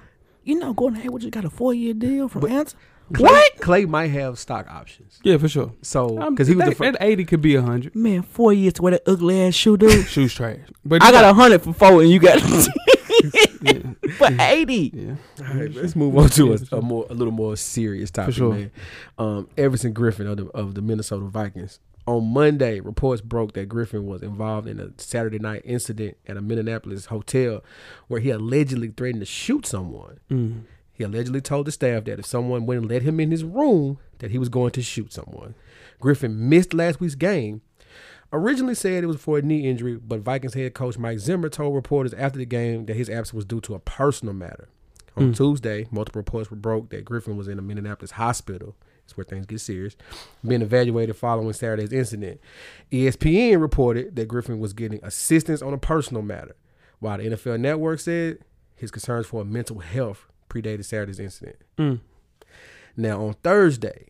Speaker 3: you know Gordon Hayward just got a four year deal from
Speaker 4: But-
Speaker 3: Ants."
Speaker 4: Clay, what? Clay might have stock options.
Speaker 2: yeah, for sure.
Speaker 4: So
Speaker 2: I'm-
Speaker 4: because he was
Speaker 2: that,
Speaker 4: the first.
Speaker 2: that eighty could be a hundred.
Speaker 3: Man, four years to wear that ugly ass shoe, dude.
Speaker 2: Shoes trash. But
Speaker 3: I got a hundred for four, and you got for eighty.
Speaker 2: Yeah,
Speaker 4: All right, let's move on to a, a more a little more serious topic,
Speaker 2: sure.
Speaker 4: man. Um, Everson Griffin of the of the Minnesota Vikings on Monday, reports broke that Griffin was involved in a Saturday night incident at a Minneapolis hotel where he allegedly threatened to shoot someone.
Speaker 2: Mm.
Speaker 4: He allegedly told the staff that if someone wouldn't let him in his room, that he was going to shoot someone. Griffin missed last week's game. Originally said it was for a knee injury, but Vikings head coach Mike Zimmer told reporters after the game that his absence was due to a personal matter. On Tuesday, multiple reports were broke that Griffin was in a Minneapolis hospital. It's where things get serious. Being evaluated following Saturday's incident, E ESPN reported that Griffin was getting assistance on a personal matter, while the NFL Network said his concerns for mental health predated Saturday's incident.
Speaker 2: Mm.
Speaker 4: Now on Thursday,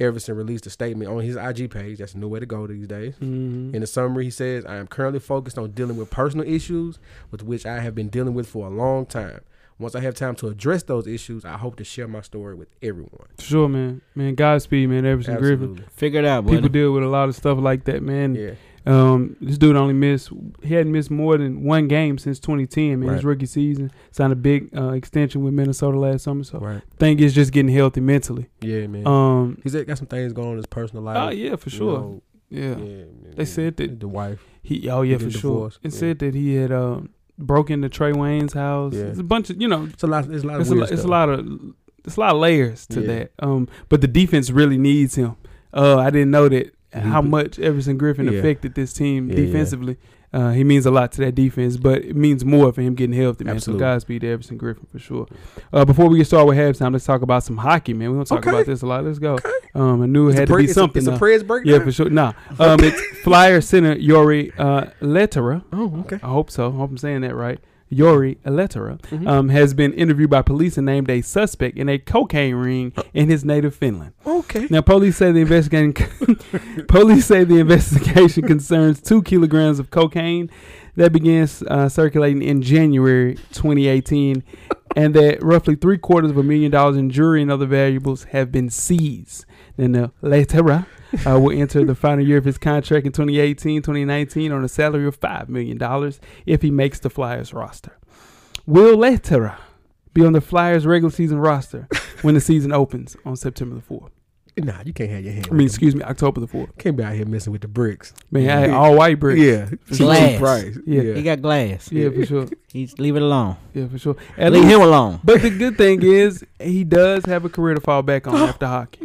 Speaker 4: Everson released a statement on his IG page. That's a new way to go these days.
Speaker 2: Mm-hmm.
Speaker 4: In the summary, he says, I am currently focused on dealing with personal issues with which I have been dealing with for a long time. Once I have time to address those issues, I hope to share my story with everyone.
Speaker 2: for sure, man. Man, Godspeed, man. Everson Griffin.
Speaker 4: Absolutely.
Speaker 3: Figure it out, boy.
Speaker 2: People deal with a lot of stuff like that, man.
Speaker 4: Yeah.
Speaker 2: Um, this dude only missed. He hadn't missed more than one game since 2010, man. His
Speaker 4: Right.
Speaker 2: rookie season signed a big uh, extension with Minnesota last summer. So,
Speaker 4: Right.
Speaker 2: thing is just getting healthy mentally.
Speaker 4: Yeah, man.
Speaker 2: Um,
Speaker 4: He's got some things going on in his personal life.
Speaker 2: oh yeah, for
Speaker 4: You
Speaker 2: sure.
Speaker 4: know,
Speaker 2: yeah.
Speaker 4: man,
Speaker 2: They said that-
Speaker 4: the wife.
Speaker 2: he. Oh yeah,
Speaker 4: He
Speaker 2: for
Speaker 4: did
Speaker 2: sure.
Speaker 4: divorce,
Speaker 2: It
Speaker 4: yeah.
Speaker 2: said that he had um broke into Trey Wayne's house.
Speaker 4: Yeah.
Speaker 2: It's a bunch of you know.
Speaker 4: It's a lot. It's a lot of
Speaker 2: It's a,
Speaker 4: weird
Speaker 2: lo- it's a
Speaker 4: stuff.
Speaker 2: lot of it's a lot of layers to
Speaker 4: Yeah.
Speaker 2: that. Um, but the defense really needs him. Uh, I didn't know that how much Everson Griffin
Speaker 4: Yeah.
Speaker 2: affected this team
Speaker 4: Yeah, yeah.
Speaker 2: defensively. Uh, he means a lot to that defense, but it means more for him getting healthy, man.
Speaker 4: Absolutely.
Speaker 2: So Godspeed to Everson Griffin for sure. Uh, before we get started with halftime, let's talk about some hockey, man. We don't talk
Speaker 4: Okay.
Speaker 2: about this a lot. Let's go. Um, I knew it
Speaker 4: It's a
Speaker 2: had to
Speaker 4: pre-
Speaker 2: be
Speaker 4: it's a-
Speaker 2: something.
Speaker 4: It's a,
Speaker 2: uh,
Speaker 4: prayers break.
Speaker 2: yeah, for sure. Nah, um, it's Flyer center Yori uh, Lettera.
Speaker 4: Oh, okay.
Speaker 2: I hope so. I hope I'm saying that right. Yori Lettera
Speaker 4: Mhm.
Speaker 2: um, has been interviewed by police and named a suspect in a cocaine ring in his native Finland.
Speaker 4: Oh, Okay.
Speaker 2: Now, police say the investigation police say the investigation concerns two kilograms of cocaine that began uh, circulating in January 2018, and that roughly three quarters of a million dollars in jewelry and other valuables have been seized. Then the Letera uh, will enter the final year of his contract in 2018 2019 on a salary of $5 million if he makes the Flyers roster. Will Letera be on the Flyers regular season roster when the season opens on September the 4th?
Speaker 4: Nah, you can't have your hand.
Speaker 2: I mean,
Speaker 4: with the-
Speaker 2: excuse me, October the 4th.
Speaker 4: can't be out here messing with the bricks.
Speaker 2: Man, I had
Speaker 4: Yeah.
Speaker 2: all white bricks. Yeah,
Speaker 4: Yeah. Cheap,
Speaker 3: Glass.
Speaker 4: cheap price.
Speaker 2: Yeah.
Speaker 3: He got glass.
Speaker 2: for sure.
Speaker 3: He's leave it alone.
Speaker 2: Yeah, for sure. At
Speaker 3: Leave
Speaker 2: least-
Speaker 3: him alone.
Speaker 2: but the good thing is, he does have a career to fall back on after hockey.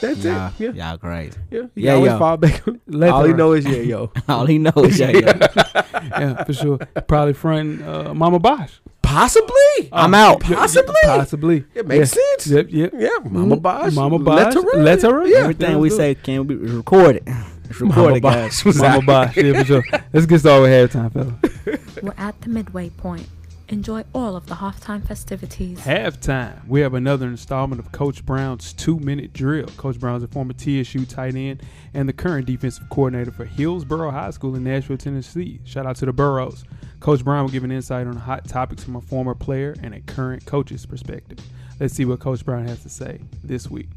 Speaker 4: That's
Speaker 3: Nah,
Speaker 4: it. Yeah.
Speaker 3: Y'all great.
Speaker 4: Yeah. He
Speaker 3: Yeah,
Speaker 4: always
Speaker 3: yo.
Speaker 4: fall back on
Speaker 2: Lettera,
Speaker 4: All he know is yeah, yo.
Speaker 3: All he knows, yeah, yeah.
Speaker 2: yeah, for sure. Probably fronting uh, Mama Bosch.
Speaker 4: Possibly. Um,
Speaker 3: I'm out.
Speaker 4: Possibly.
Speaker 2: Possibly.
Speaker 4: It makes sense.
Speaker 2: Yep, yep.
Speaker 4: Yeah, Mama
Speaker 2: Mhm.
Speaker 4: Bosch.
Speaker 2: Mama Bosch.
Speaker 4: Letter
Speaker 2: Lettera.
Speaker 4: Yeah.
Speaker 3: Everything we say can be recorded. It's
Speaker 2: Mama
Speaker 3: recorded, guys.
Speaker 2: Bosch. Mama Bosch. Yeah, for sure. Let's get started with halftime, fella.
Speaker 1: We're at the midway point. Enjoy all of the halftime festivities.
Speaker 2: Halftime. We have another installment of Coach Brown's two-minute drill. Coach Brown's a former TSU tight end and the current defensive coordinator for Hillsborough High School in Nashville, Tennessee. Shout out to the Burrows. Coach Brown will give an insight on hot topics from a former player and a current coach's perspective. Let's see what Coach Brown has to say this week.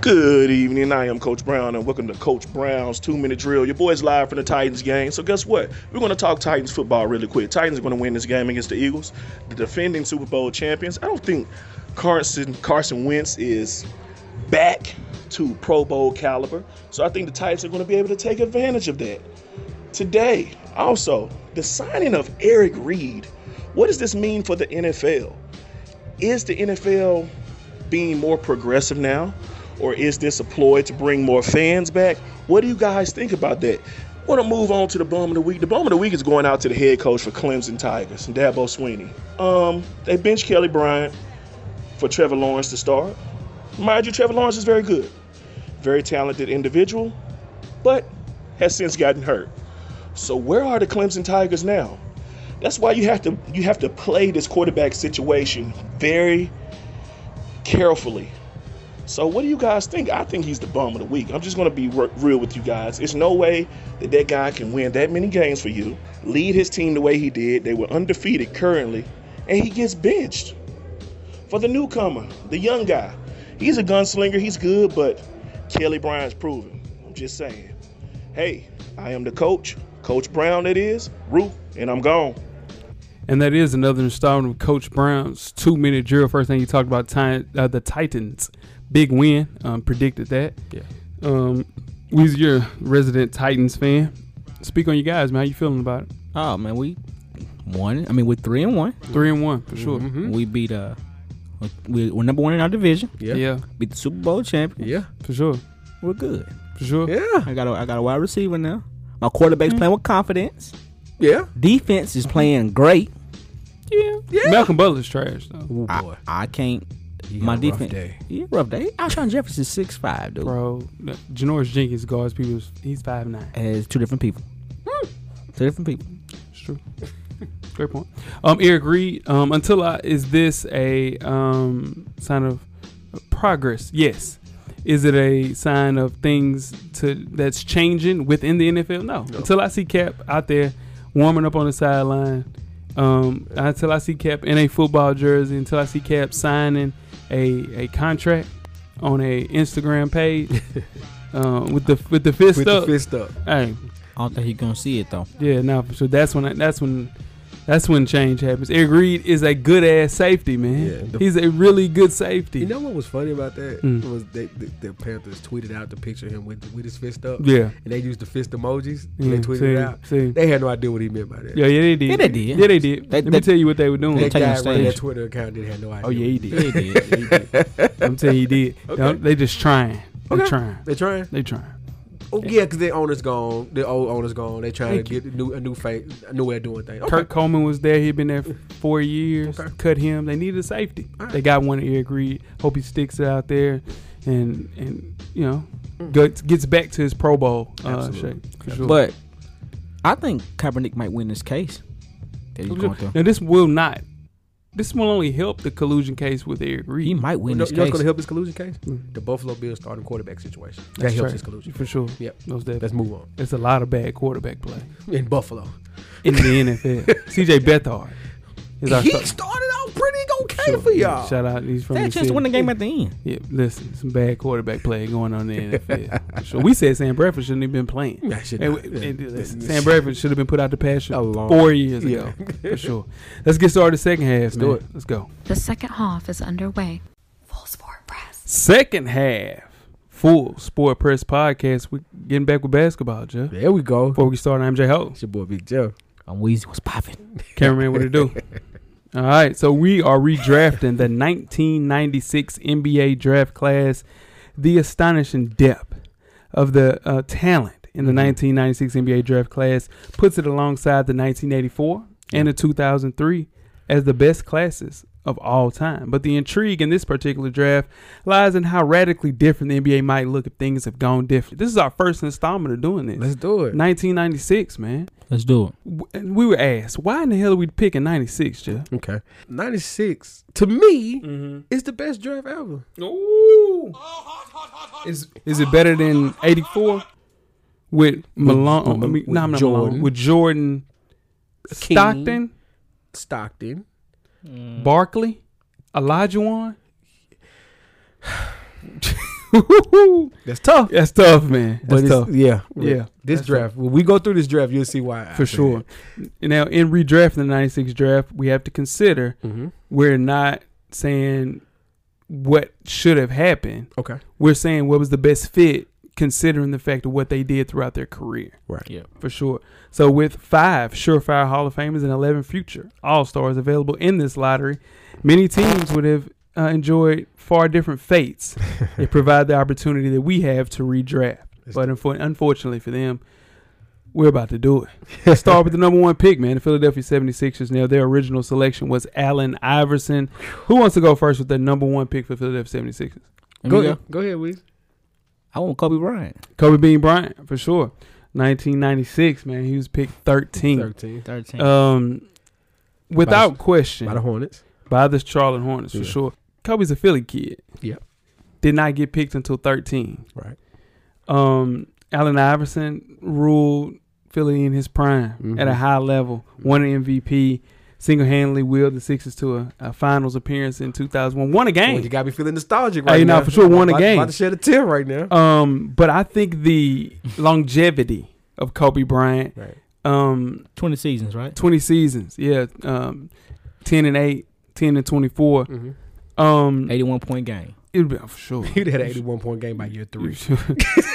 Speaker 6: Good evening. I am Coach Brown, and welcome to Coach Brown's Two Minute Drill. Your boy's live from the Titans game. So, guess what? We're going to talk Titans football really quick. Titans are going to win this game against the Eagles, the defending Super Bowl champions. I don't think Carson Carson Wentz is back to Pro Bowl caliber. So, I think the Titans are going to be able to take advantage of that today. Also, the signing of Eric Reed. What does this mean for the NFL? Is the NFL being more progressive now? Or is this a ploy to bring more fans back? What do you guys think about that? Want to move on to the bomb of the week? The bomb of the week is going out to the head coach for Clemson Tigers, Dabo Sweeney. Um, they bench Kelly Bryant for Trevor Lawrence to start. Mind you, Trevor Lawrence is very good, very talented individual, but has since gotten hurt. So where are the Clemson Tigers now? That's why you have to you have to play this quarterback situation very carefully. So what do you guys think? I think he's the bum of the week. I'm just going to be re- real with you guys. It's no way that that guy can win that many games for you, lead his team the way he did. They were undefeated currently, and he gets benched for the newcomer, the young guy. He's a gunslinger. He's good, but Kelly Bryant's proven. I'm just saying. Hey, I am the coach, Coach Brown. It is root, and I'm gone.
Speaker 2: And that is another installment of Coach Brown's two minute drill. First thing you talked about, time, uh, the Titans. Big win. Um, predicted that.
Speaker 4: Yeah.
Speaker 2: Um, Weezy, you're a resident Titans fan. Speak on you guys, man. How you feeling about it?
Speaker 3: Oh man, we one. I mean, we're three and one.
Speaker 2: Three and one, for
Speaker 4: Mm-hmm.
Speaker 2: sure.
Speaker 3: We beat uh, we, we're number one in our division.
Speaker 4: Yeah. Yeah.
Speaker 2: Yeah,
Speaker 3: Beat the Super Bowl champion.
Speaker 4: Yeah.
Speaker 2: for sure.
Speaker 3: We're good.
Speaker 2: For sure.
Speaker 4: Yeah.
Speaker 3: I got a, I got a wide receiver now. My quarterback's playing with confidence.
Speaker 4: Yeah.
Speaker 3: Defense is playing great.
Speaker 2: Yeah. Malcolm Butler's trash, though.
Speaker 4: Oh,
Speaker 3: I,
Speaker 4: boy.
Speaker 3: I can't.
Speaker 4: He
Speaker 3: my
Speaker 4: had a rough
Speaker 3: defense.
Speaker 4: day.
Speaker 3: Yeah, rough day. Alshon Jefferson's six five, dude.
Speaker 2: Bro, no, Janoris Jenkins guards people. He's five nine.
Speaker 3: And it's two different people. Hmm. two different people.
Speaker 2: It's true. Great point. Um, Eric Reed. Um, until I is this a um sign of progress? Yes. Is it a sign of things to that's changing within the NFL? No. Until I see Cap out there warming up on the sideline, um, until I see Cap in a football jersey, until I see Cap signing a a contract on a Instagram page. Uh, with the with the fist
Speaker 4: With
Speaker 2: up,
Speaker 4: the fist up.
Speaker 2: hey,
Speaker 3: I don't think he's gonna see it though.
Speaker 2: yeah, no, for sure. That's when that's when that's when change happens. Eric Reed is a good ass safety, man.
Speaker 4: Yeah, the-
Speaker 2: He's a really good safety.
Speaker 4: You know what was funny about that
Speaker 2: Mm.
Speaker 4: was they, the, the Panthers tweeted out the picture of him with with his fist up,
Speaker 2: yeah.
Speaker 4: and they used the fist emojis and
Speaker 2: yeah
Speaker 4: they tweeted
Speaker 2: see,
Speaker 4: it out.
Speaker 2: see.
Speaker 4: They had no idea what he meant by that.
Speaker 2: yeah, yeah, they did.
Speaker 3: Yeah, they did.
Speaker 2: Yeah, they did.
Speaker 3: They-
Speaker 2: Let
Speaker 3: they-
Speaker 2: me tell you what they were doing.
Speaker 4: That
Speaker 3: taking
Speaker 4: guy
Speaker 3: a
Speaker 4: running that
Speaker 3: stand.
Speaker 4: Twitter account didn't have no idea.
Speaker 2: oh yeah, he
Speaker 3: Yeah,
Speaker 2: did.
Speaker 3: he did. He did.
Speaker 2: I'm telling you, he did. They don't- They just trying. They
Speaker 4: Okay.
Speaker 2: trying.
Speaker 4: They trying?
Speaker 2: They trying.
Speaker 4: Oh yeah, because their owner's gone. Their old owner's gone. They trying
Speaker 2: Thank
Speaker 4: to get a new a new face, a new way of doing things. Okay.
Speaker 2: Kurt Coleman was there. He'd been there for four years.
Speaker 4: Okay.
Speaker 2: Cut him. They needed a safety.
Speaker 4: All right.
Speaker 2: They got one Eric Reed. Hope he sticks it out there, and and you know, gets, gets back to his Pro Bowl uh,
Speaker 4: Mm. Absolutely.
Speaker 2: shape for sure.
Speaker 3: but I think Kaepernick might win this case. That he's going through.
Speaker 2: Now this will not. This will only help the collusion case with Eric
Speaker 3: He
Speaker 2: Reed.
Speaker 3: might
Speaker 4: You
Speaker 3: win
Speaker 4: know,
Speaker 3: this
Speaker 4: you know what's
Speaker 3: case.
Speaker 4: gonna help his collusion case?
Speaker 2: Mm.
Speaker 4: The Buffalo Bills starting quarterback situation. That
Speaker 2: That's
Speaker 4: helps
Speaker 2: right.
Speaker 4: his collusion.
Speaker 2: for sure.
Speaker 4: Yep.
Speaker 2: Those
Speaker 4: Let's move on.
Speaker 2: It's a lot of bad quarterback play
Speaker 4: In Buffalo,
Speaker 2: in the NFL. CJ Beathard is our
Speaker 4: he
Speaker 2: star-
Speaker 4: started out pretty okay
Speaker 2: Sure.
Speaker 4: for y'all.
Speaker 2: Shout out. He's from
Speaker 3: They
Speaker 2: the
Speaker 3: had a chance to win the
Speaker 2: city.
Speaker 3: game at the end.
Speaker 2: Yeah, listen, some bad quarterback play going on in the NFL. For sure. We said Sam Bradford shouldn't have been playing.
Speaker 4: Yeah, should
Speaker 2: And
Speaker 4: not.
Speaker 2: we- and
Speaker 4: Yeah.
Speaker 2: listen, Sam Bradford should have been put out the passion
Speaker 4: A long-
Speaker 2: four years
Speaker 4: Yeah.
Speaker 2: ago, for sure. Let's get started. Second half, Let's
Speaker 4: do it.
Speaker 2: Let's go.
Speaker 1: The second half is underway. Full Sport Press.
Speaker 2: Second half, full sport press podcast. We getting back with basketball, Jeff.
Speaker 4: There we go.
Speaker 2: Before we start, I'm J Ho,
Speaker 4: It's your boy Big Joe.
Speaker 3: And Weezy was popping.
Speaker 2: cameraman. What it do? All right, so we are redrafting the 1996 NBA draft class. The astonishing depth of the uh, talent in the 1996 NBA draft class puts it alongside the 1984 and the 2003 as the best classes of all time. But the intrigue in this particular draft lies in how radically different the NBA might look if things have gone different. This is our first installment of doing this.
Speaker 4: Let's do it.
Speaker 2: 1996, man.
Speaker 3: Let's do it.
Speaker 2: W- and We were asked, why in the hell are we picking 96, Jeff?
Speaker 4: Okay. 96 to me
Speaker 2: Mm-hmm.
Speaker 4: is the best draft ever.
Speaker 2: Ooh. Is is it better than 84? With Malone,
Speaker 4: with-
Speaker 2: I mean,
Speaker 4: with
Speaker 2: nah, not
Speaker 4: Jordan.
Speaker 2: Malone, with Jordan,
Speaker 4: King.
Speaker 2: Stockton,
Speaker 4: Stockton.
Speaker 2: Barkley, Olajuwon.
Speaker 4: That's tough.
Speaker 2: That's tough, man. That's
Speaker 4: it's-
Speaker 2: tough.
Speaker 4: yeah.
Speaker 2: Yeah.
Speaker 4: This draft, when we go through this draft, you'll see why. I
Speaker 2: for
Speaker 4: say
Speaker 2: sure. Now, in redrafting the 96 draft, we have to consider
Speaker 4: that. Mhm.
Speaker 2: we're not saying what should have happened.
Speaker 4: Okay.
Speaker 2: We're saying what was the best fit considering the fact of what they did throughout their career.
Speaker 4: Right.
Speaker 3: Yeah.
Speaker 2: For sure. So, with five surefire Hall of Famers and 11 future All Stars available in this lottery, many teams would have uh, enjoyed far different fates. it provided the opportunity that we have to redraft.
Speaker 4: Let's
Speaker 2: But unfor- unfortunately for them, We're about to do it. Start with the number one pick, man. The Philadelphia 76ers. Now, their original selection was Allen Iverson. Who wants to go first with their number one pick for Philadelphia 76ers?
Speaker 3: Let
Speaker 4: Go
Speaker 3: me
Speaker 4: ahead. Go ahead, Weez.
Speaker 3: I want Kobe Bryant.
Speaker 2: Kobe Bean Bryant, for sure. 1996, man. He was picked 13.
Speaker 4: 13.
Speaker 3: Thirteen.
Speaker 2: Um, without question,
Speaker 4: By the Hornets.
Speaker 2: by the Charlotte Hornets, for
Speaker 4: Yeah.
Speaker 2: sure. Kobe's a Philly kid.
Speaker 4: Yep.
Speaker 2: Did not get picked until 13.
Speaker 4: Right.
Speaker 2: um, Allen Iverson ruled Philly in his prime
Speaker 4: Mhm.
Speaker 2: at a high level, won an MVP, single handedly willed the Sixers to a, a finals appearance in 2001, won a
Speaker 4: Boy, you
Speaker 2: game.
Speaker 4: got me feeling nostalgic
Speaker 2: Hey,
Speaker 4: right now.
Speaker 2: nah, for sure, won a
Speaker 4: About-
Speaker 2: game.
Speaker 4: About to shed a tear right now.
Speaker 2: Um, but I think the longevity of Kobe Bryant,
Speaker 4: Right.
Speaker 2: um,
Speaker 3: Twenty seasons, right?
Speaker 2: 20 seasons, yeah, um, 10 and 8, 10 and 24.
Speaker 4: Mhm.
Speaker 2: Um,
Speaker 3: Eighty-one point game.
Speaker 2: it'd be, for sure.
Speaker 4: He'd had an 81 point game by year three.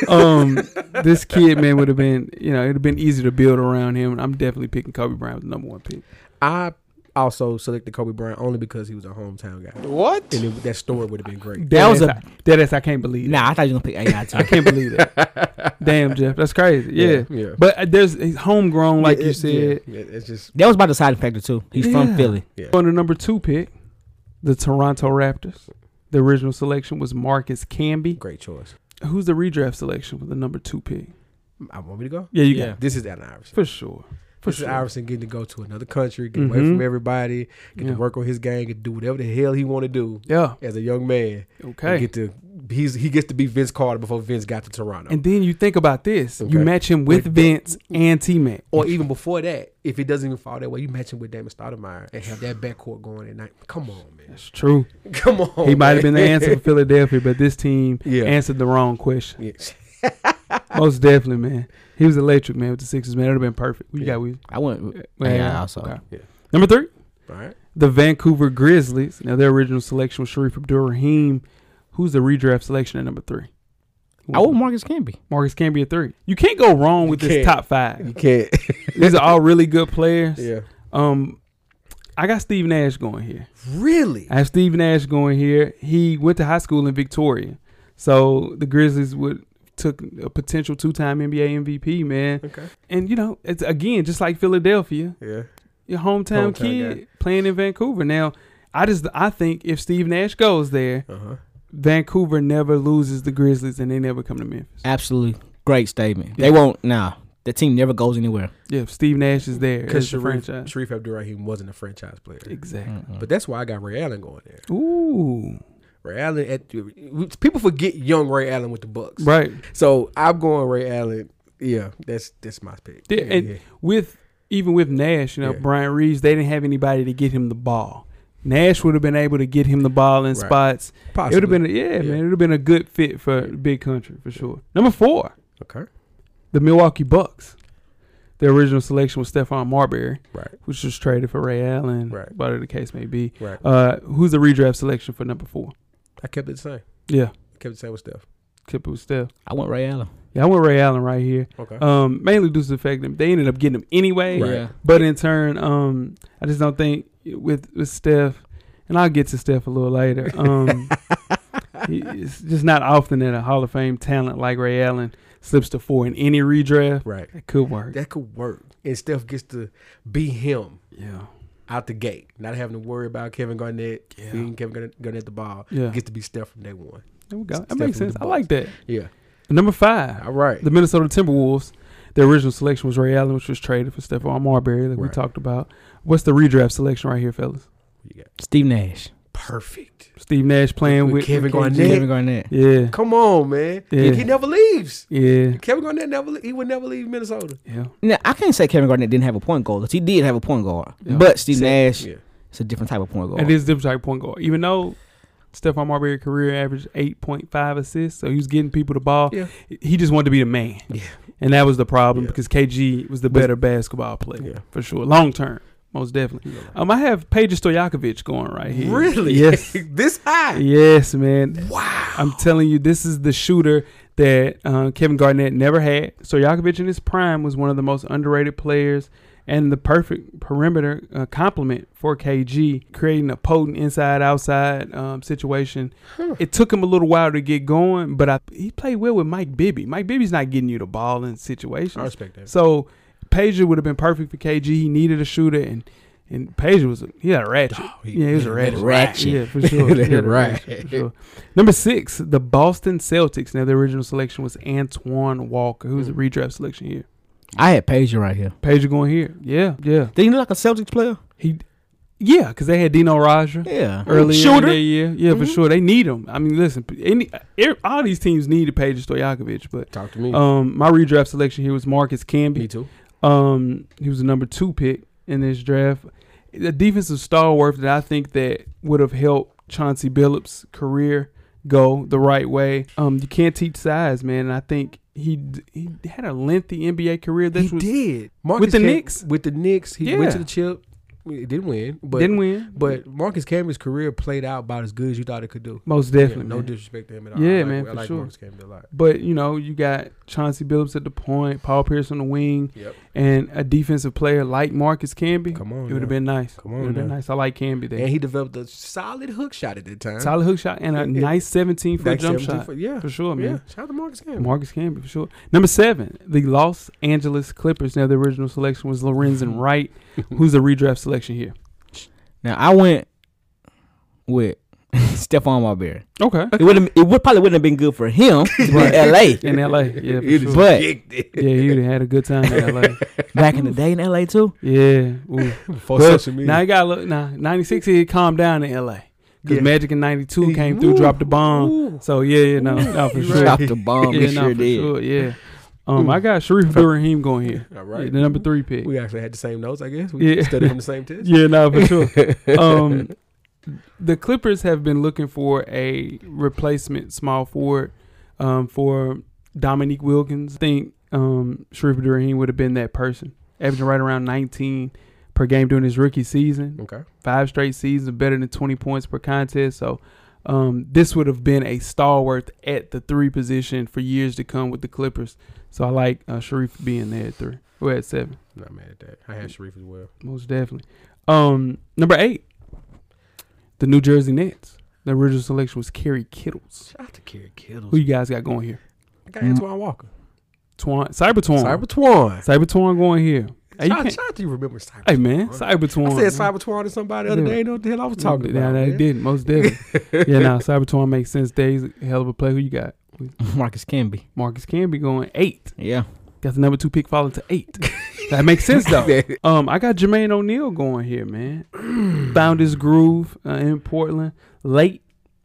Speaker 2: um, this kid man would have been, you know, it'd have been easy to build around him. And I'm definitely picking Kobe Bryant with the number one pick.
Speaker 4: I also selected Kobe Bryant only because he was a hometown guy. What? And it, that story would have been great.
Speaker 2: That
Speaker 3: was
Speaker 2: was
Speaker 3: a-
Speaker 2: a that is I can't believe. Nah,
Speaker 3: Nah, I thought you were gonna pick AI too.
Speaker 2: I can't believe it. Damn, Jeff, that's crazy. Yeah,
Speaker 4: Yeah, yeah.
Speaker 2: but uh, there's he's homegrown, like
Speaker 4: It-
Speaker 2: you
Speaker 4: it-
Speaker 2: said.
Speaker 4: yeah, it- it's just
Speaker 3: that was about the side factor too. He's
Speaker 2: Yeah.
Speaker 3: from Philly.
Speaker 2: On the number two pick, the Toronto Raptors. The original selection was Marcus Camby.
Speaker 4: great choice.
Speaker 2: Who's the redraft selection with the number two pick?
Speaker 4: I want me to go.
Speaker 2: Yeah, you
Speaker 3: Yeah.
Speaker 2: got it.
Speaker 4: This is Allen Iverson.
Speaker 2: for sure. For
Speaker 4: this
Speaker 2: sure.
Speaker 4: is Iverson getting to go to another country, get away
Speaker 2: Mhm.
Speaker 4: from everybody, get
Speaker 2: Yeah.
Speaker 4: to work on his game, get to do whatever the hell he want to do
Speaker 2: Yeah.
Speaker 4: as a young man.
Speaker 2: Okay.
Speaker 4: And get to he's he gets to be Vince Carter before Vince got to Toronto,
Speaker 2: And then you think about this. You
Speaker 4: Okay.
Speaker 2: match him with
Speaker 4: With-
Speaker 2: Vince and T Mac.
Speaker 4: or even before that. If it doesn't even fall that way, you match him with Damon Stoudemire and have that backcourt going at night. Come on, man.
Speaker 2: That's true.
Speaker 4: Come on.
Speaker 2: He might have been
Speaker 4: Oh, man.
Speaker 2: the answer for Philadelphia, but this team
Speaker 4: Yeah.
Speaker 2: answered the wrong question.
Speaker 4: Yes.
Speaker 2: Most definitely, man. He was electric, man, with the Sixers, man. It would have been perfect. We
Speaker 4: Yeah.
Speaker 2: got we.
Speaker 3: I went.
Speaker 2: Well,
Speaker 3: yeah, also.
Speaker 4: Yeah.
Speaker 2: Number three,
Speaker 4: All right.
Speaker 2: the Vancouver Grizzlies. Now, their original selection was Sharif Abdul-Rahim. Who's the redraft selection at number three?
Speaker 3: I want Marcus Camby.
Speaker 2: Marcus Camby at three. You can't go wrong with this
Speaker 4: can't.
Speaker 2: top five.
Speaker 4: can't.
Speaker 2: These are all really good players.
Speaker 4: yeah.
Speaker 2: Um, I got Steve Nash going here.
Speaker 4: Really?
Speaker 2: I have Steve Nash going here. He went to high school in Victoria, so the Grizzlies would took a potential two time NBA MVP man.
Speaker 4: Okay.
Speaker 2: And you know, it's again just like Philadelphia,
Speaker 4: Yeah.
Speaker 2: your hometown,
Speaker 4: Hometown
Speaker 2: kid
Speaker 4: guy.
Speaker 2: playing in Vancouver. Now, I just I think if Steve Nash goes there,
Speaker 4: Uh huh.
Speaker 2: Vancouver never loses the Grizzlies and they never come to Memphis.
Speaker 3: Absolutely great statement. They won't. Nah, the team never goes anywhere.
Speaker 2: Yeah, if Steve Nash is there,
Speaker 4: Because
Speaker 2: it's the
Speaker 4: Sharif,
Speaker 2: franchise.
Speaker 4: Sharif Abdurrahim wasn't a franchise player.
Speaker 2: Exactly.
Speaker 4: But that's why I got Ray Allen going there.
Speaker 2: Ooh.
Speaker 4: Ray Allen at people forget young Ray Allen with the Bucks.
Speaker 2: Right.
Speaker 4: So I'm going Ray Allen. Yeah, that's that's my pick.
Speaker 2: Yeah, and with even with Nash, you know,
Speaker 4: Yeah.
Speaker 2: Brian Reeves, they didn't have anybody to get him the ball. Nash would have been able to get him the ball in
Speaker 4: Right.
Speaker 2: spots. It would have been, a, yeah,
Speaker 4: Yeah.
Speaker 2: man, it would have been a good fit for big country for sure. Number four,
Speaker 4: okay.
Speaker 2: the Milwaukee Bucks. Their original selection was Stephon Marbury,
Speaker 4: Right.
Speaker 2: which was traded for Ray Allen,
Speaker 4: Right.
Speaker 2: whatever the case may be.
Speaker 4: Right.
Speaker 2: Uh, who's the redraft selection for number four?
Speaker 4: I kept it the same.
Speaker 2: Yeah,
Speaker 4: I kept it the same with Steph.
Speaker 2: Kipper was Steph.
Speaker 3: I want Ray Allen.
Speaker 2: Yeah, I went Ray Allen right here.
Speaker 4: Okay.
Speaker 2: Um, mainly due to the fact that they ended up getting him anyway.
Speaker 4: Right.
Speaker 3: Yeah.
Speaker 2: But in turn, um, I just don't think with with Steph, and I'll get to Steph a little later. Um, it's just not often that a Hall of Fame talent like Ray Allen slips to four in any redraft.
Speaker 4: right.
Speaker 2: It could work.
Speaker 4: That could work, and Steph gets to be him
Speaker 2: Yeah,
Speaker 4: out the gate, not having to worry about Kevin Garnett
Speaker 2: Yeah.
Speaker 4: being Kevin Garnett, Garnett the ball.
Speaker 2: Yeah.
Speaker 4: Gets to be Steph from day one.
Speaker 2: there we go. That
Speaker 4: Steph
Speaker 2: makes sense.
Speaker 4: with the
Speaker 2: I
Speaker 4: Bucks.
Speaker 2: like that.
Speaker 4: Yeah.
Speaker 2: Number five,
Speaker 4: All right.
Speaker 2: the Minnesota Timberwolves. Their original selection was Ray Allen, which was traded for Stephon Marbury, like we
Speaker 4: Right.
Speaker 2: talked about. What's the redraft selection right here, fellas?
Speaker 4: You got
Speaker 3: Steve Nash.
Speaker 4: perfect.
Speaker 2: Steve Nash playing
Speaker 4: With
Speaker 2: with,
Speaker 4: Kevin
Speaker 2: with KG.
Speaker 4: Garnett.
Speaker 3: Kevin Garnett.
Speaker 2: Yeah,
Speaker 4: Come on, man. He-
Speaker 2: Yeah.
Speaker 4: He, never leaves.
Speaker 2: yeah,
Speaker 4: Kevin Garnett never. le- He would never leave Minnesota.
Speaker 2: yeah.
Speaker 3: Now I can't say Kevin Garnett didn't have a point guard. 'cause He did have a point guard,
Speaker 2: Yeah.
Speaker 3: but Steve
Speaker 4: Sa-
Speaker 3: Nash
Speaker 4: Yeah.
Speaker 3: is a different type of point guard.
Speaker 2: It is different type point guard. Even though Stephon Marbury career averaged eight point five assists, so he was getting people the ball.
Speaker 4: Yeah.
Speaker 2: He just wanted to be the man.
Speaker 4: Yeah.
Speaker 2: And that was the problem
Speaker 4: Yeah.
Speaker 2: because KG was the
Speaker 4: Was-
Speaker 2: better basketball player
Speaker 4: Yeah.
Speaker 2: for sure. Long term, most definitely.
Speaker 4: You know, like-
Speaker 2: Um I have Peja Stojakovic going right here.
Speaker 4: Really?
Speaker 2: Yes.
Speaker 4: this high?
Speaker 2: yes, man. Wow. I'm telling you, this is the shooter that uh, Kevin Garnett never had. So Yakovich in his prime was one of the most underrated players and the perfect perimeter uh, complement for KG, creating a potent inside-outside um, situation. It took him a little while to get going, but I, he played well with Mike Bibby. Mike Bibby's not getting you the ball in situations.
Speaker 4: I respect that.
Speaker 2: So Pager would have been perfect for KG. He needed a shooter, and and Pager was a, he had a ratchet. yeah, he was a ratchet.
Speaker 3: ratchet.
Speaker 2: Yeah, for sure.
Speaker 4: That
Speaker 2: He had a
Speaker 4: ratchet.
Speaker 2: ratchet, for sure. Number six, the Boston Celtics. Now the original selection was Antoine Walker, who was a redraft selection here.
Speaker 3: I had Pager right here.
Speaker 2: Pager going here. Yeah, yeah.
Speaker 3: Did he look like a Celtics player?
Speaker 2: He, yeah, because they had Dino Raja
Speaker 3: Yeah.
Speaker 2: earlier in
Speaker 3: Shooter.
Speaker 2: their year. Yeah, for sure. They need him. I mean, listen, any, er- all these teams needed Pager Stojakovic, but
Speaker 4: Talk to me.
Speaker 2: um, my redraft selection here was Marcus
Speaker 4: me
Speaker 2: Camby.
Speaker 4: too.
Speaker 2: Um, he was the number two pick in this draft. The defensive stalwart that I think that would have helped Chauncey Billups' career go the right way. Um, you can't teach size, man. And I think he d- he had a lengthy NBA career. This was
Speaker 4: did
Speaker 2: With the Knicks?
Speaker 4: With the Knicks, he
Speaker 2: Yeah.
Speaker 4: went to the chip. He didn't win, but
Speaker 2: didn't win,
Speaker 4: But Marcus Camby's career played out about as good as you thought it could do.
Speaker 2: most
Speaker 4: Yeah,
Speaker 2: definitely.
Speaker 4: no
Speaker 2: man.
Speaker 4: disrespect to him at all.
Speaker 2: Yeah,
Speaker 4: I like,
Speaker 2: man,
Speaker 4: I
Speaker 2: for
Speaker 4: like
Speaker 2: sure.
Speaker 4: Marcus Camby a lot.
Speaker 2: But you know, you got Chauncey Billups at the point, Paul Pierce on the wing,
Speaker 4: Yep.
Speaker 2: and a defensive player like Marcus Camby.
Speaker 4: Come on
Speaker 2: it would
Speaker 4: now.
Speaker 2: have been nice.
Speaker 4: Come
Speaker 2: it
Speaker 4: on
Speaker 2: would have been
Speaker 4: now.
Speaker 2: nice. I like Camby there.
Speaker 4: And he developed a solid hook shot at that time.
Speaker 2: Solid hook shot and a
Speaker 4: Yeah.
Speaker 2: nice 17 foot
Speaker 4: Back
Speaker 2: jump
Speaker 4: 17
Speaker 2: shot.
Speaker 4: foot, yeah.
Speaker 2: for sure,
Speaker 4: Yeah,
Speaker 2: man.
Speaker 4: shout out to Marcus Camby.
Speaker 2: Marcus Camby for sure. Number seven, the Los Angeles Clippers. Now the original selection was Lorenzen Wright, who's a redraft selection here.
Speaker 3: Now I went with Stephon Marbury.
Speaker 2: Okay,
Speaker 3: It would it would probably wouldn't have been good for him to be in L.A.
Speaker 2: in LA, yeah, for
Speaker 4: It
Speaker 2: sure.
Speaker 4: is
Speaker 3: But-
Speaker 4: big.
Speaker 2: yeah, you had a good time in LA.
Speaker 3: back in the day in L.A. too.
Speaker 2: Yeah, Ooh.
Speaker 4: before
Speaker 2: But
Speaker 4: social media.
Speaker 2: Now you gotta look. Now ninety six, he calmed down in L.A. because
Speaker 4: Yeah.
Speaker 2: Magic in ninety two
Speaker 4: He-
Speaker 2: came through,
Speaker 4: Ooh,
Speaker 2: dropped the bomb.
Speaker 4: Ooh.
Speaker 2: So yeah, yeah, no, no for sure.
Speaker 3: Dropped the bomb.
Speaker 2: Yeah,
Speaker 3: he
Speaker 2: no,
Speaker 3: sure
Speaker 2: for
Speaker 3: did.
Speaker 2: sure. Yeah. Um, I got Sharif Abdurrahim going here.
Speaker 4: All
Speaker 2: Yeah,
Speaker 4: right.
Speaker 2: the number three pick.
Speaker 4: we actually had the same notes, I guess. We
Speaker 2: Yeah.
Speaker 4: studied from the same test.
Speaker 2: Yeah, no, for sure. um, the Clippers have been looking for a replacement small forward um, for Dominique Wilkins. I think um, Sharif Abdurrahim would have been that person, averaging right around 19 per game during his rookie season.
Speaker 4: Okay.
Speaker 2: five straight seasons of better than 20 points per contest. So um, this would have been a stalwart at the three position for years to come with the Clippers. So I like uh, Sharif being there at three. We're at seven,
Speaker 4: Not mad at that. I had Sharif as well.
Speaker 2: most definitely. Um, number eight, the New Jersey Nets. The original selection was Kerry Kittles.
Speaker 4: Shout out to Kerry Kittles.
Speaker 2: Who you guys got going here?
Speaker 4: I got Antoine Walker.
Speaker 2: Twan, Cyber Twan.
Speaker 4: Cyber Twan.
Speaker 2: Cyber Twan going here. Hey, you
Speaker 4: Shout
Speaker 2: can't-
Speaker 4: shout out to you remember Cyber
Speaker 2: hey man,
Speaker 4: Twan.
Speaker 2: Cyber Twan.
Speaker 4: I said Cyber Twan to somebody the other
Speaker 2: Yeah.
Speaker 4: day. Know what the hell I was talking
Speaker 2: Yeah,
Speaker 4: about?
Speaker 2: they
Speaker 4: man.
Speaker 2: didn't. Most definitely. yeah, now Cybertron makes sense. Days a hell of a play. Who you got?
Speaker 3: Marcus Camby.
Speaker 2: Marcus Camby going eight.
Speaker 3: Yeah.
Speaker 2: Got the number two pick falling to eight. that makes sense though. Um, I got Jermaine O'Neal going here, man. Found his groove uh, in Portland late.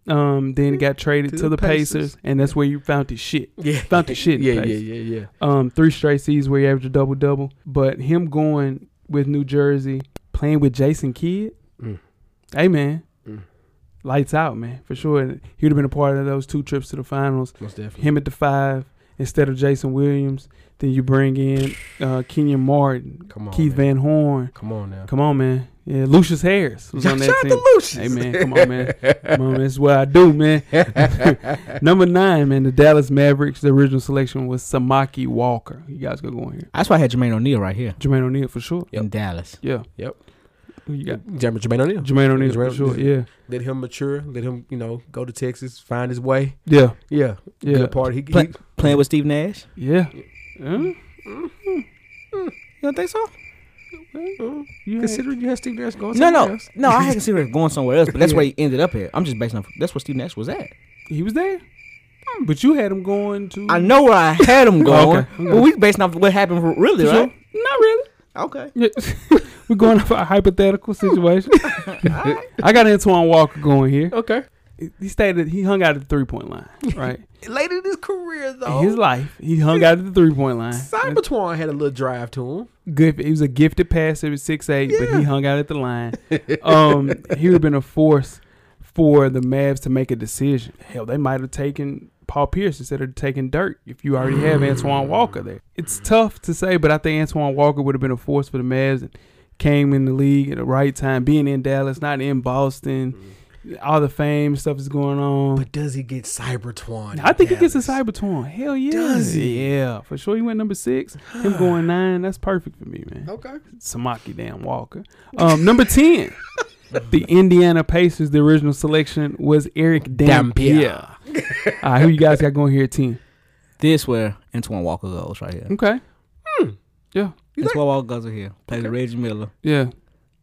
Speaker 2: Um, then he got traded to,
Speaker 4: Hmm. To
Speaker 2: the
Speaker 4: the
Speaker 2: Pacers,
Speaker 4: Pacers.
Speaker 2: and that's where you found his shit.
Speaker 4: Yeah.
Speaker 2: Found his shit. In
Speaker 4: Yeah,
Speaker 2: the
Speaker 4: yeah,
Speaker 2: Pacers.
Speaker 4: yeah, yeah.
Speaker 2: Um, three straight seasons where he averaged a double double. But him going with New Jersey, playing with Jason Kidd,
Speaker 4: Mm.
Speaker 2: hey man,
Speaker 4: Mm.
Speaker 2: lights out, man, for sure. And he would have been a part of those two trips to the finals.
Speaker 4: Most definitely.
Speaker 2: Him at the five instead of Jason Williams. Then you bring in uh, Kenyon Martin,
Speaker 4: Come on,
Speaker 2: Keith Van
Speaker 4: man.
Speaker 2: Horn.
Speaker 4: Come on now.
Speaker 2: Come on, man. Yeah, Lucius Harris was on
Speaker 4: Shout
Speaker 2: that
Speaker 4: out
Speaker 2: team.
Speaker 4: to Lucius.
Speaker 2: Hey man, come on, man. Come on, man. That's what I do, man. Number nine, man, the Dallas Mavericks. The original selection was Samaki Walker. You guys go going here.
Speaker 3: That's why I had Jermaine O'Neal right here
Speaker 2: Jermaine O'Neal for sure.
Speaker 3: in Dallas.
Speaker 2: Yeah.
Speaker 4: Yep.
Speaker 2: Who you got?
Speaker 4: Jermaine Jermaine O'Neal.
Speaker 2: Jermaine O'Neal for
Speaker 4: Jermaine-
Speaker 2: sure. Yeah.
Speaker 4: Let him mature. Let him, you know, go to Texas, find his way.
Speaker 2: Yeah.
Speaker 4: Yeah,
Speaker 2: Yeah.
Speaker 4: good part. He,
Speaker 3: Play-
Speaker 4: he
Speaker 3: Playing with Steve Nash.
Speaker 2: Yeah. Huh?
Speaker 3: You don't think so?
Speaker 2: You ain't-
Speaker 4: considering you had Steve Nash going.
Speaker 3: No,
Speaker 4: somewhere
Speaker 3: no,
Speaker 4: else.
Speaker 3: no. I had considered going somewhere else, but that's where he ended up at. I'm just basing off. That's where Steve Nash was at.
Speaker 2: he was there. Hmm, But you had him going to
Speaker 3: I know where I had him going,
Speaker 2: Okay.
Speaker 3: but we basing off what happened r- really,
Speaker 2: For sure.
Speaker 3: right?
Speaker 2: Not really.
Speaker 3: Okay.
Speaker 2: Yeah. We're going off a hypothetical situation. I got Antoine Walker going here.
Speaker 4: Okay,
Speaker 2: He stayed. At, he hung out at the three point line, right?
Speaker 4: late in his career though,
Speaker 2: In his life, he hung out at the three point line.
Speaker 4: Cybertron had a little drive to him.
Speaker 2: Good. He was a gifted passer. He was six eight, but
Speaker 4: Yeah.
Speaker 2: he hung out at the line. Um, he would have been a force for the Mavs to make a decision. Hell, they might have taken Paul Pierce instead of taking Dirk if you already have
Speaker 7: Mm.
Speaker 2: Antoine Walker there. It's tough to say, but I think Antoine Walker would have been a force for the Mavs and came in the league at the right time, being in Dallas, not in Boston. all the fame stuff is going on.
Speaker 7: Mm. But does he get Cybertwan?
Speaker 2: I think he gets a
Speaker 7: Dallas?
Speaker 2: Cybertron. Hell yeah.
Speaker 7: Does he?
Speaker 2: Yeah, for sure. He went number six. Him going nine. That's perfect for me, man.
Speaker 7: Okay.
Speaker 2: Samaki damn Walker. Um, number 10. the Indiana Pacers, the original selection was Eric Dampier.
Speaker 3: Dampier.
Speaker 2: All right, who you guys got going here at 10?
Speaker 3: This where Antoine Walker goes right here.
Speaker 2: Okay. Yeah.
Speaker 3: Antoine Walker goes right here. Plays Reggie Miller.
Speaker 2: Yeah.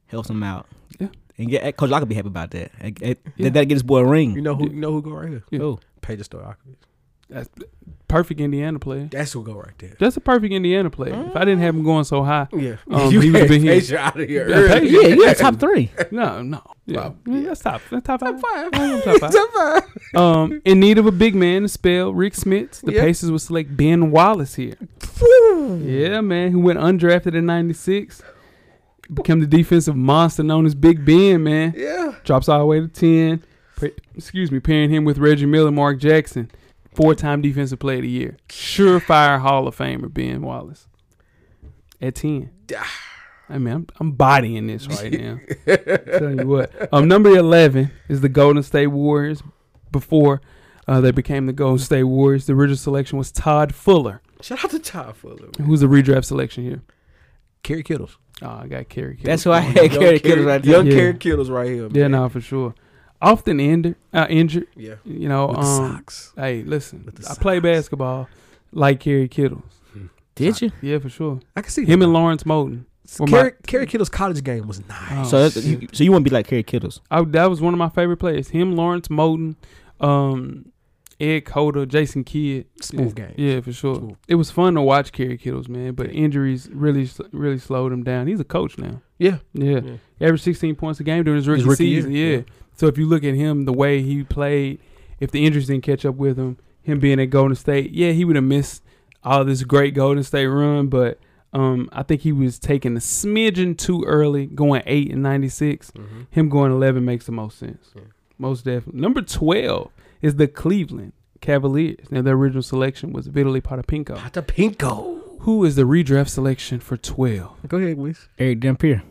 Speaker 3: Helps him out.
Speaker 2: Yeah.
Speaker 3: And get coach, I could be happy about that. And- and-
Speaker 2: Yeah.
Speaker 3: That get his boy a ring.
Speaker 4: You know who? You know who go right here?
Speaker 2: Yeah.
Speaker 3: Who?
Speaker 4: Pages Stoyakovich.
Speaker 2: That's perfect Indiana player.
Speaker 4: That's who go right there.
Speaker 2: That's a perfect Indiana player. If I didn't have him going so high,
Speaker 4: Yeah,
Speaker 2: Um,
Speaker 4: you
Speaker 2: he would've
Speaker 4: had
Speaker 2: been here.
Speaker 4: Pages out of here.
Speaker 2: Yeah,
Speaker 4: early.
Speaker 2: Pages-
Speaker 3: Yeah, you yeah, top three.
Speaker 2: no, no. Yeah. Yeah, That's top. That's top five.
Speaker 4: Five.
Speaker 2: Yeah, top five. Um, in need of a big man to spell Rick Smith, the
Speaker 4: Yeah.
Speaker 2: Pacers would select Ben Wallace here. Yeah, man, who went undrafted in '96, become the defensive monster known as Big Ben. Man,
Speaker 4: Yeah.
Speaker 2: drops all the way to ten. Pa- excuse me, pairing him with Reggie Miller, Mark Jackson, four-time defensive player of the year, surefire Hall of Famer Ben Wallace at ten. I mean, I'm, I'm bodying this right now. Tell you what. Um, number eleven is the Golden State Warriors. Before uh, they became the Golden State Warriors, the original selection was Todd Fuller,
Speaker 4: Shout out to Todd Fuller.
Speaker 2: who's the redraft selection here.
Speaker 4: Kerry Kittles.
Speaker 2: Oh, I got Kerry. Kittles
Speaker 3: That's who I
Speaker 2: going
Speaker 3: had
Speaker 2: on.
Speaker 3: Kerry Kittles right there.
Speaker 4: Young
Speaker 2: Yeah.
Speaker 4: Kerry Kittles right here.
Speaker 2: Yeah,
Speaker 4: man.
Speaker 2: no, for sure. Often injured, uh, injured.
Speaker 4: Yeah.
Speaker 2: You know,
Speaker 7: With the
Speaker 2: um,
Speaker 7: socks.
Speaker 2: hey, listen,
Speaker 7: With the
Speaker 2: I play
Speaker 7: socks.
Speaker 2: basketball like Kerry Kittles.
Speaker 3: Did you?
Speaker 2: Yeah, for sure.
Speaker 7: I can see
Speaker 2: Him
Speaker 7: that.
Speaker 2: and Lawrence Moulton. were my-
Speaker 7: Kerry, Kerry Kittle's college game was nice.
Speaker 2: Oh,
Speaker 3: So that's, you, so you want to be like Kerry Kittles?
Speaker 2: I, that was one of my favorite players. Him, Lawrence Moulton, um, Ed Coda, Jason Kidd.
Speaker 7: Smooth
Speaker 2: yeah,
Speaker 7: games.
Speaker 2: Yeah, for sure.
Speaker 7: Smooth.
Speaker 2: It was fun to watch Kerry Kittles, man, but injuries really, sl- really slowed him down. He's a coach now.
Speaker 4: Yeah.
Speaker 2: Yeah.
Speaker 4: Yeah.
Speaker 2: He averaged 16 points a game during his rookie,
Speaker 7: rookie year,
Speaker 2: season. Yeah.
Speaker 7: yeah.
Speaker 2: So if you look at him, the way he played, if the injuries didn't catch up with him, him being at Golden State, yeah, he would have missed all this great Golden State run, but um, I think he was taking a smidgen too early, going 8 and 96.
Speaker 4: Mm-hmm.
Speaker 2: Him going 11 makes the most sense. Most definitely. Number 12 is the Cleveland Cavaliers. Now, their original selection was Vitaly Potapinko,
Speaker 7: Pinko.
Speaker 2: who is the redraft selection for 12.
Speaker 4: Go ahead, Wiz.
Speaker 3: Eric Dampier.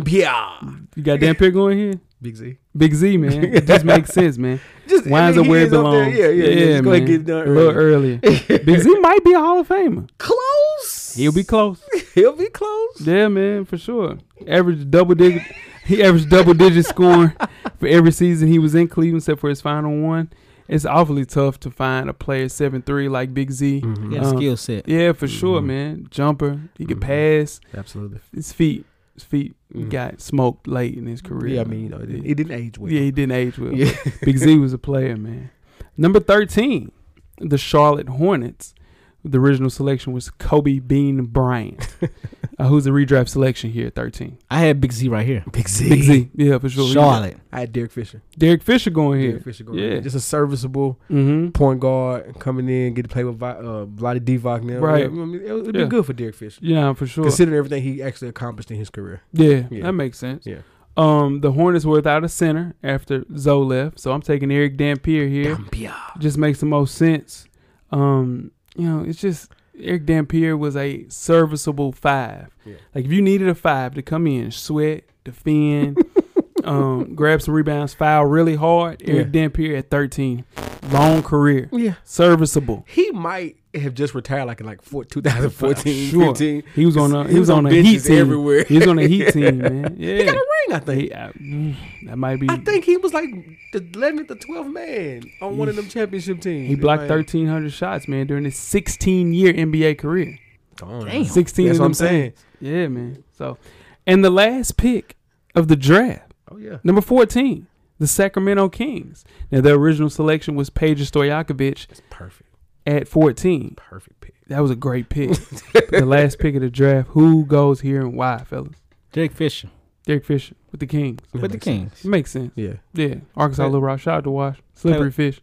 Speaker 7: Dambia.
Speaker 2: You got Dan Pitt going here?
Speaker 4: Big Z.
Speaker 2: Big Z, man. It just makes sense, man.
Speaker 4: Just
Speaker 2: Winds up
Speaker 4: he
Speaker 2: where it
Speaker 4: is up there.
Speaker 2: belongs.
Speaker 4: Yeah, yeah, yeah. Just go ahead
Speaker 2: man.
Speaker 4: and get it done
Speaker 2: A little
Speaker 4: early.
Speaker 2: earlier. Big Z might be a Hall of Famer.
Speaker 4: Close.
Speaker 2: He'll be close.
Speaker 4: He'll be close.
Speaker 2: Yeah, man, for sure. Average double digit. He averaged double digit scoring for every season he was in Cleveland, except for his final one. It's awfully tough to find a player seven three like Big Z.
Speaker 4: Mm-hmm.
Speaker 3: He got a
Speaker 2: Um,
Speaker 3: skill set.
Speaker 2: Yeah, for sure, man. Jumper. He could pass.
Speaker 4: Absolutely.
Speaker 2: His feet. His feet
Speaker 4: Mhm.
Speaker 2: got smoked late in his career.
Speaker 4: Yeah, I mean, you know, it, it didn't age well.
Speaker 2: Yeah, he didn't age well.
Speaker 4: Yeah.
Speaker 2: Big Z was a player, man. Number 13, the Charlotte Hornets. The original selection was Kobe Bean Bryant, uh, who's the redraft selection here at 13.
Speaker 3: I had Big Z right here.
Speaker 7: Big Z.
Speaker 2: Big Z. Yeah, for sure.
Speaker 3: Charlotte.
Speaker 4: I had Derek Fisher.
Speaker 2: Derek Fisher going here.
Speaker 4: Derek Fisher going.
Speaker 2: Yeah.
Speaker 4: in. Just a serviceable
Speaker 2: Mm-hmm.
Speaker 4: point guard coming in, get to play with Vi- uh, Vlade Divac now.
Speaker 2: Right.
Speaker 4: Yeah, I mean, it would be
Speaker 2: Yeah.
Speaker 4: good for Derek Fisher.
Speaker 2: Yeah, for sure.
Speaker 4: Considering everything he actually accomplished in his career.
Speaker 2: yeah,
Speaker 4: Yeah.
Speaker 2: that makes sense.
Speaker 4: Yeah.
Speaker 2: Um, the Hornets were without a center after Zoe left, so I'm taking Eric Dampier here.
Speaker 7: Dambia.
Speaker 2: just makes the most sense. Um, you know, it's just Eric Dampier was a serviceable five.
Speaker 4: Yeah.
Speaker 2: Like if you needed a five to come in, sweat, defend, um, grab some rebounds, foul really hard. Eric
Speaker 4: Yeah.
Speaker 2: Dampier at thirteen, long career,
Speaker 4: Yeah.
Speaker 2: serviceable.
Speaker 4: He might have just retired like in like four, 2014,
Speaker 2: Sure.
Speaker 4: 15.
Speaker 2: He was on a he, was, on, a heat
Speaker 4: benches
Speaker 2: team.
Speaker 4: everywhere.
Speaker 2: He was on a heat team, man. Yeah,
Speaker 4: He got a ring, I think.
Speaker 2: He- I- mm, that might be.
Speaker 4: I think he was like the 11th or 12th man on one of them championship teams.
Speaker 2: he blocked
Speaker 4: Like-
Speaker 2: thirteen hundred shots, man, during his sixteen year NBA career.
Speaker 4: Damn.
Speaker 2: 16
Speaker 4: That's
Speaker 2: of
Speaker 4: what
Speaker 2: them
Speaker 4: I'm saying.
Speaker 2: things. Yeah, man. So, and the last pick of the draft,
Speaker 4: Oh, yeah.
Speaker 2: number 14, the Sacramento Kings. Now, their original selection was Paige Stoyakovich
Speaker 4: That's perfect.
Speaker 2: at 14.
Speaker 4: Perfect pick.
Speaker 2: That was a great pick. the last pick of the draft. Who goes here and why, fellas?
Speaker 3: Derek Fisher.
Speaker 2: Derek Fisher with the Kings.
Speaker 3: With the
Speaker 4: makes sense.
Speaker 3: Kings.
Speaker 2: It makes sense.
Speaker 4: Yeah.
Speaker 2: Yeah. Arkansas Little Rock. Shout out to Wash. Slippery fish.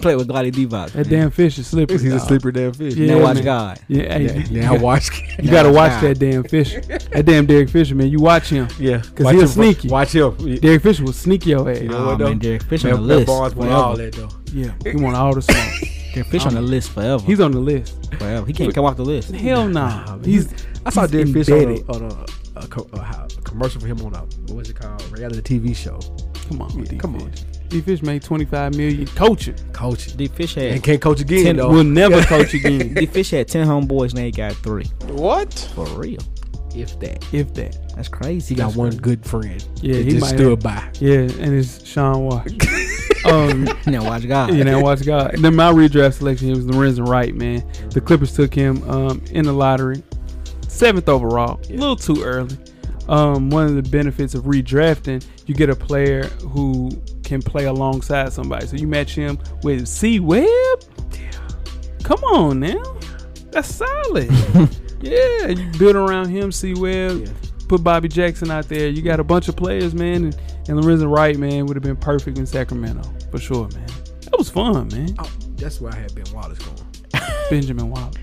Speaker 3: Play with Glady Divock.
Speaker 2: That damn fish is slippery.
Speaker 4: He's a sleeper damn fish.
Speaker 2: Yeah,
Speaker 3: now watch
Speaker 2: man.
Speaker 3: God.
Speaker 2: Yeah, hey,
Speaker 4: Yeah, I watch.
Speaker 2: you gotta
Speaker 3: Now
Speaker 2: watch
Speaker 3: watch
Speaker 2: that damn fish. That damn Derek Fisher, man. You watch him.
Speaker 4: Yeah,
Speaker 2: Watch him, bro.
Speaker 4: Watch him.
Speaker 2: Derek Fisher will sneak your ass.
Speaker 4: You know
Speaker 3: Nah,
Speaker 4: what, though?
Speaker 3: man, Derek Fisher on the list.
Speaker 4: all
Speaker 3: Forever.
Speaker 4: that though.
Speaker 2: Yeah, he want all the smoke.
Speaker 3: Derek Fisher on the list forever.
Speaker 2: He's on the list.
Speaker 3: forever. He can't come off the list.
Speaker 2: Hell
Speaker 4: Nah,
Speaker 2: nah.
Speaker 4: man.
Speaker 2: He's
Speaker 4: I saw
Speaker 2: he's
Speaker 4: Derek Fisher on,
Speaker 2: embedded.
Speaker 4: a, on a, a, co- a ho- a commercial for him on a what was it called reality TV show.
Speaker 2: Come on, D.
Speaker 4: come on.
Speaker 2: Fish. D. Fish made 25 million coaching.
Speaker 4: Coach it.
Speaker 3: D Fish
Speaker 4: And
Speaker 3: had
Speaker 4: can't coach again
Speaker 3: Ten-
Speaker 4: though.
Speaker 2: Will never coach again,
Speaker 3: D Fish had ten homeboys and they got three.
Speaker 7: What?
Speaker 3: For real.
Speaker 4: if that.
Speaker 2: if that.
Speaker 3: That's crazy.
Speaker 7: He got
Speaker 3: That's
Speaker 7: one
Speaker 3: crazy.
Speaker 7: good friend.
Speaker 2: Yeah,
Speaker 7: that
Speaker 2: he
Speaker 7: just
Speaker 2: might
Speaker 7: stood
Speaker 2: have-
Speaker 7: by.
Speaker 2: Yeah, and it's Sean Watch. um,
Speaker 3: Now watch God.
Speaker 2: you know, watch God. Then my redraft selection it was Lorenzen Wright, man. The Clippers took him um, in the lottery, seventh overall, a little too early. Um, one of the benefits of redrafting, you get a player who can play alongside somebody. So you match him with C Webb. Come on now, that's solid. yeah, you build around him, C Webb. Put Bobby Jackson out there. You got a bunch of players, man, and, and Lorenzen Wright, man, would have been perfect in Sacramento for sure, man. That was fun, man.
Speaker 7: Oh, that's where I had Ben Wallace going.
Speaker 2: Benjamin Wallace.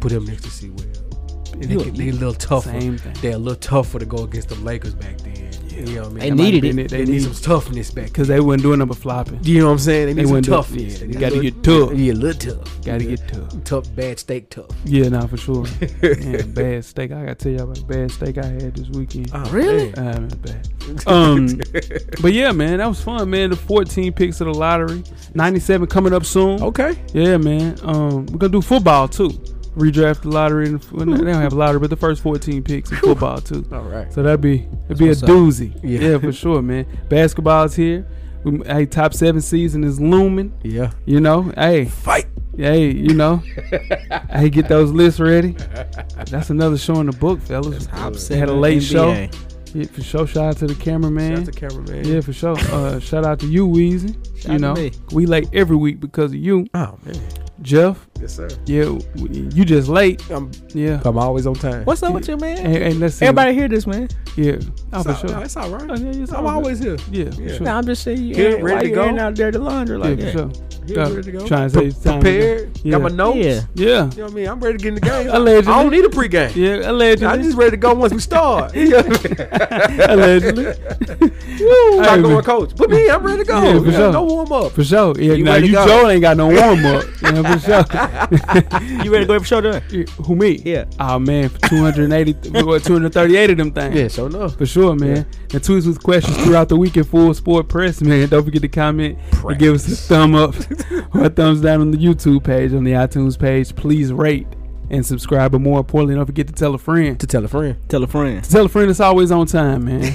Speaker 7: Put him next to C. Webb. They,
Speaker 2: You-
Speaker 7: get- they a little tougher.
Speaker 2: Same thing.
Speaker 7: They're a little tougher to go against the Lakers back then. You know what I mean?
Speaker 3: They
Speaker 7: That
Speaker 3: needed
Speaker 7: might've
Speaker 3: it.
Speaker 7: been They,
Speaker 2: They
Speaker 7: need some
Speaker 2: need-
Speaker 7: toughness back.
Speaker 2: Because they wasn't doing number flopping.
Speaker 7: You know what I'm saying? They need some
Speaker 2: wouldn't do-
Speaker 7: toughness.
Speaker 2: yeah,
Speaker 7: They
Speaker 2: you
Speaker 7: need
Speaker 2: gotta
Speaker 7: a
Speaker 2: get
Speaker 7: little-
Speaker 2: tough.
Speaker 7: Yeah, a little tough.
Speaker 2: Gotta
Speaker 7: Yeah.
Speaker 2: get tough.
Speaker 7: tough, bad steak tough.
Speaker 2: Yeah, nah, for sure. Man, bad steak. I gotta tell y'all about the bad steak I had this weekend.
Speaker 4: Uh,
Speaker 7: Oh,
Speaker 3: Really?
Speaker 7: man.
Speaker 2: Ah, man, bad. Um, but yeah, man, that was fun, man. The 14 picks of the lottery, 97 coming up soon.
Speaker 7: Okay.
Speaker 2: Yeah, man. Um, we're gonna do football too. Redraft the lottery. And, well, they don't have a lottery, but the first 14 picks in football too.
Speaker 7: All right.
Speaker 2: So that'd be that'd be a
Speaker 3: what's up.
Speaker 2: doozy.
Speaker 7: Yeah.
Speaker 2: Yeah. for sure, man. Basketball's here. We, hey, top seven season is looming.
Speaker 7: Yeah.
Speaker 2: You know, hey,
Speaker 7: Fight.
Speaker 2: hey, you know, hey, get those lists ready. That's another show in the book, fellas.
Speaker 3: Top
Speaker 2: They had a
Speaker 3: seven
Speaker 2: late
Speaker 3: NBA.
Speaker 2: show. Yeah, for sure. Shout out to the cameraman.
Speaker 4: Shout out to cameraman.
Speaker 2: yeah, for sure. Uh, shout out to you, Weezy.
Speaker 3: Shout out
Speaker 2: You
Speaker 3: to
Speaker 2: know,
Speaker 3: me.
Speaker 2: we late every week because of you,
Speaker 7: Oh man.
Speaker 2: Jeff.
Speaker 4: Yes, sir.
Speaker 2: Yeah, w- you just late.
Speaker 7: I'm,
Speaker 2: Yeah.
Speaker 7: I'm always on time.
Speaker 3: What's up with you, man?
Speaker 2: And, and let's see.
Speaker 3: Everybody hear this, man.
Speaker 2: Yeah. Oh, for
Speaker 4: It's
Speaker 2: sure.
Speaker 4: all- no, it's all
Speaker 2: Oh,
Speaker 4: right.
Speaker 2: yeah, it's all
Speaker 4: I'm
Speaker 2: good.
Speaker 4: always here.
Speaker 2: Yeah, for
Speaker 4: Yeah.
Speaker 2: sure.
Speaker 3: No, I'm just saying you
Speaker 4: Here,
Speaker 3: ain't-
Speaker 4: ready
Speaker 3: why
Speaker 4: to
Speaker 3: you
Speaker 4: go?
Speaker 3: ain't out there to launder
Speaker 2: yeah,
Speaker 3: like
Speaker 2: for
Speaker 3: that.
Speaker 2: sure.
Speaker 4: Here,
Speaker 2: Yeah.
Speaker 4: ready to go.
Speaker 2: Trying to
Speaker 4: Pre-
Speaker 2: save time.
Speaker 4: prepared.
Speaker 2: Yeah.
Speaker 4: Got my notes.
Speaker 3: Yeah.
Speaker 2: Yeah.
Speaker 4: You know what I mean? I'm ready to get in the game.
Speaker 2: Allegedly.
Speaker 4: I don't need a pregame.
Speaker 2: Yeah, allegedly.
Speaker 4: I'm just ready to go once we start. You know what I mean?
Speaker 2: allegedly.
Speaker 4: Woo!
Speaker 2: Hey,
Speaker 4: Talk to
Speaker 2: man.
Speaker 4: my coach. Put me. I'm ready to go.
Speaker 2: Yeah, for
Speaker 4: Yeah,
Speaker 2: sure.
Speaker 4: No warm up.
Speaker 2: For sure. Yeah,
Speaker 4: You
Speaker 2: now
Speaker 4: ready
Speaker 2: you
Speaker 4: to go?
Speaker 2: Joe ain't got no warm up. yeah, for sure.
Speaker 3: You ready to go every show done?
Speaker 2: Yeah, Who me?
Speaker 3: Yeah.
Speaker 2: Oh man, for 280, we got 238 of them things.
Speaker 4: Yeah, sure enough.
Speaker 2: For sure, man. And tweets with questions throughout the week at Full Sport Press, man. Don't forget to comment and give us a thumb up or a thumbs down on the YouTube page, on the iTunes page. Please rate and subscribe. But more importantly, don't forget to tell a friend.
Speaker 7: To tell a friend.
Speaker 3: Tell a friend.
Speaker 2: Tell a friend it's always on time, man.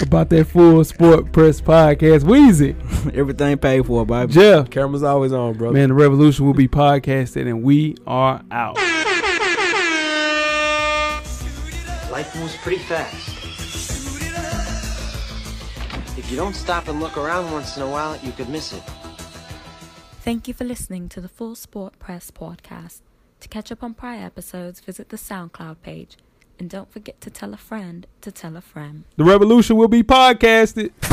Speaker 2: About that Full Sport Press podcast. Wheezy,
Speaker 3: Everything paid for, Bobby.
Speaker 2: Jeff.
Speaker 4: Camera's always on, brother.
Speaker 2: Man, the revolution will be podcasted, and we are out.
Speaker 8: Life moves pretty fast. If you don't stop and look around once in a while, you could miss it.
Speaker 1: Thank you for listening to the Full Sport Press podcast. To catch up on prior episodes, visit the SoundCloud page. And don't forget to tell a friend to tell a friend.
Speaker 2: The revolution will be podcasted.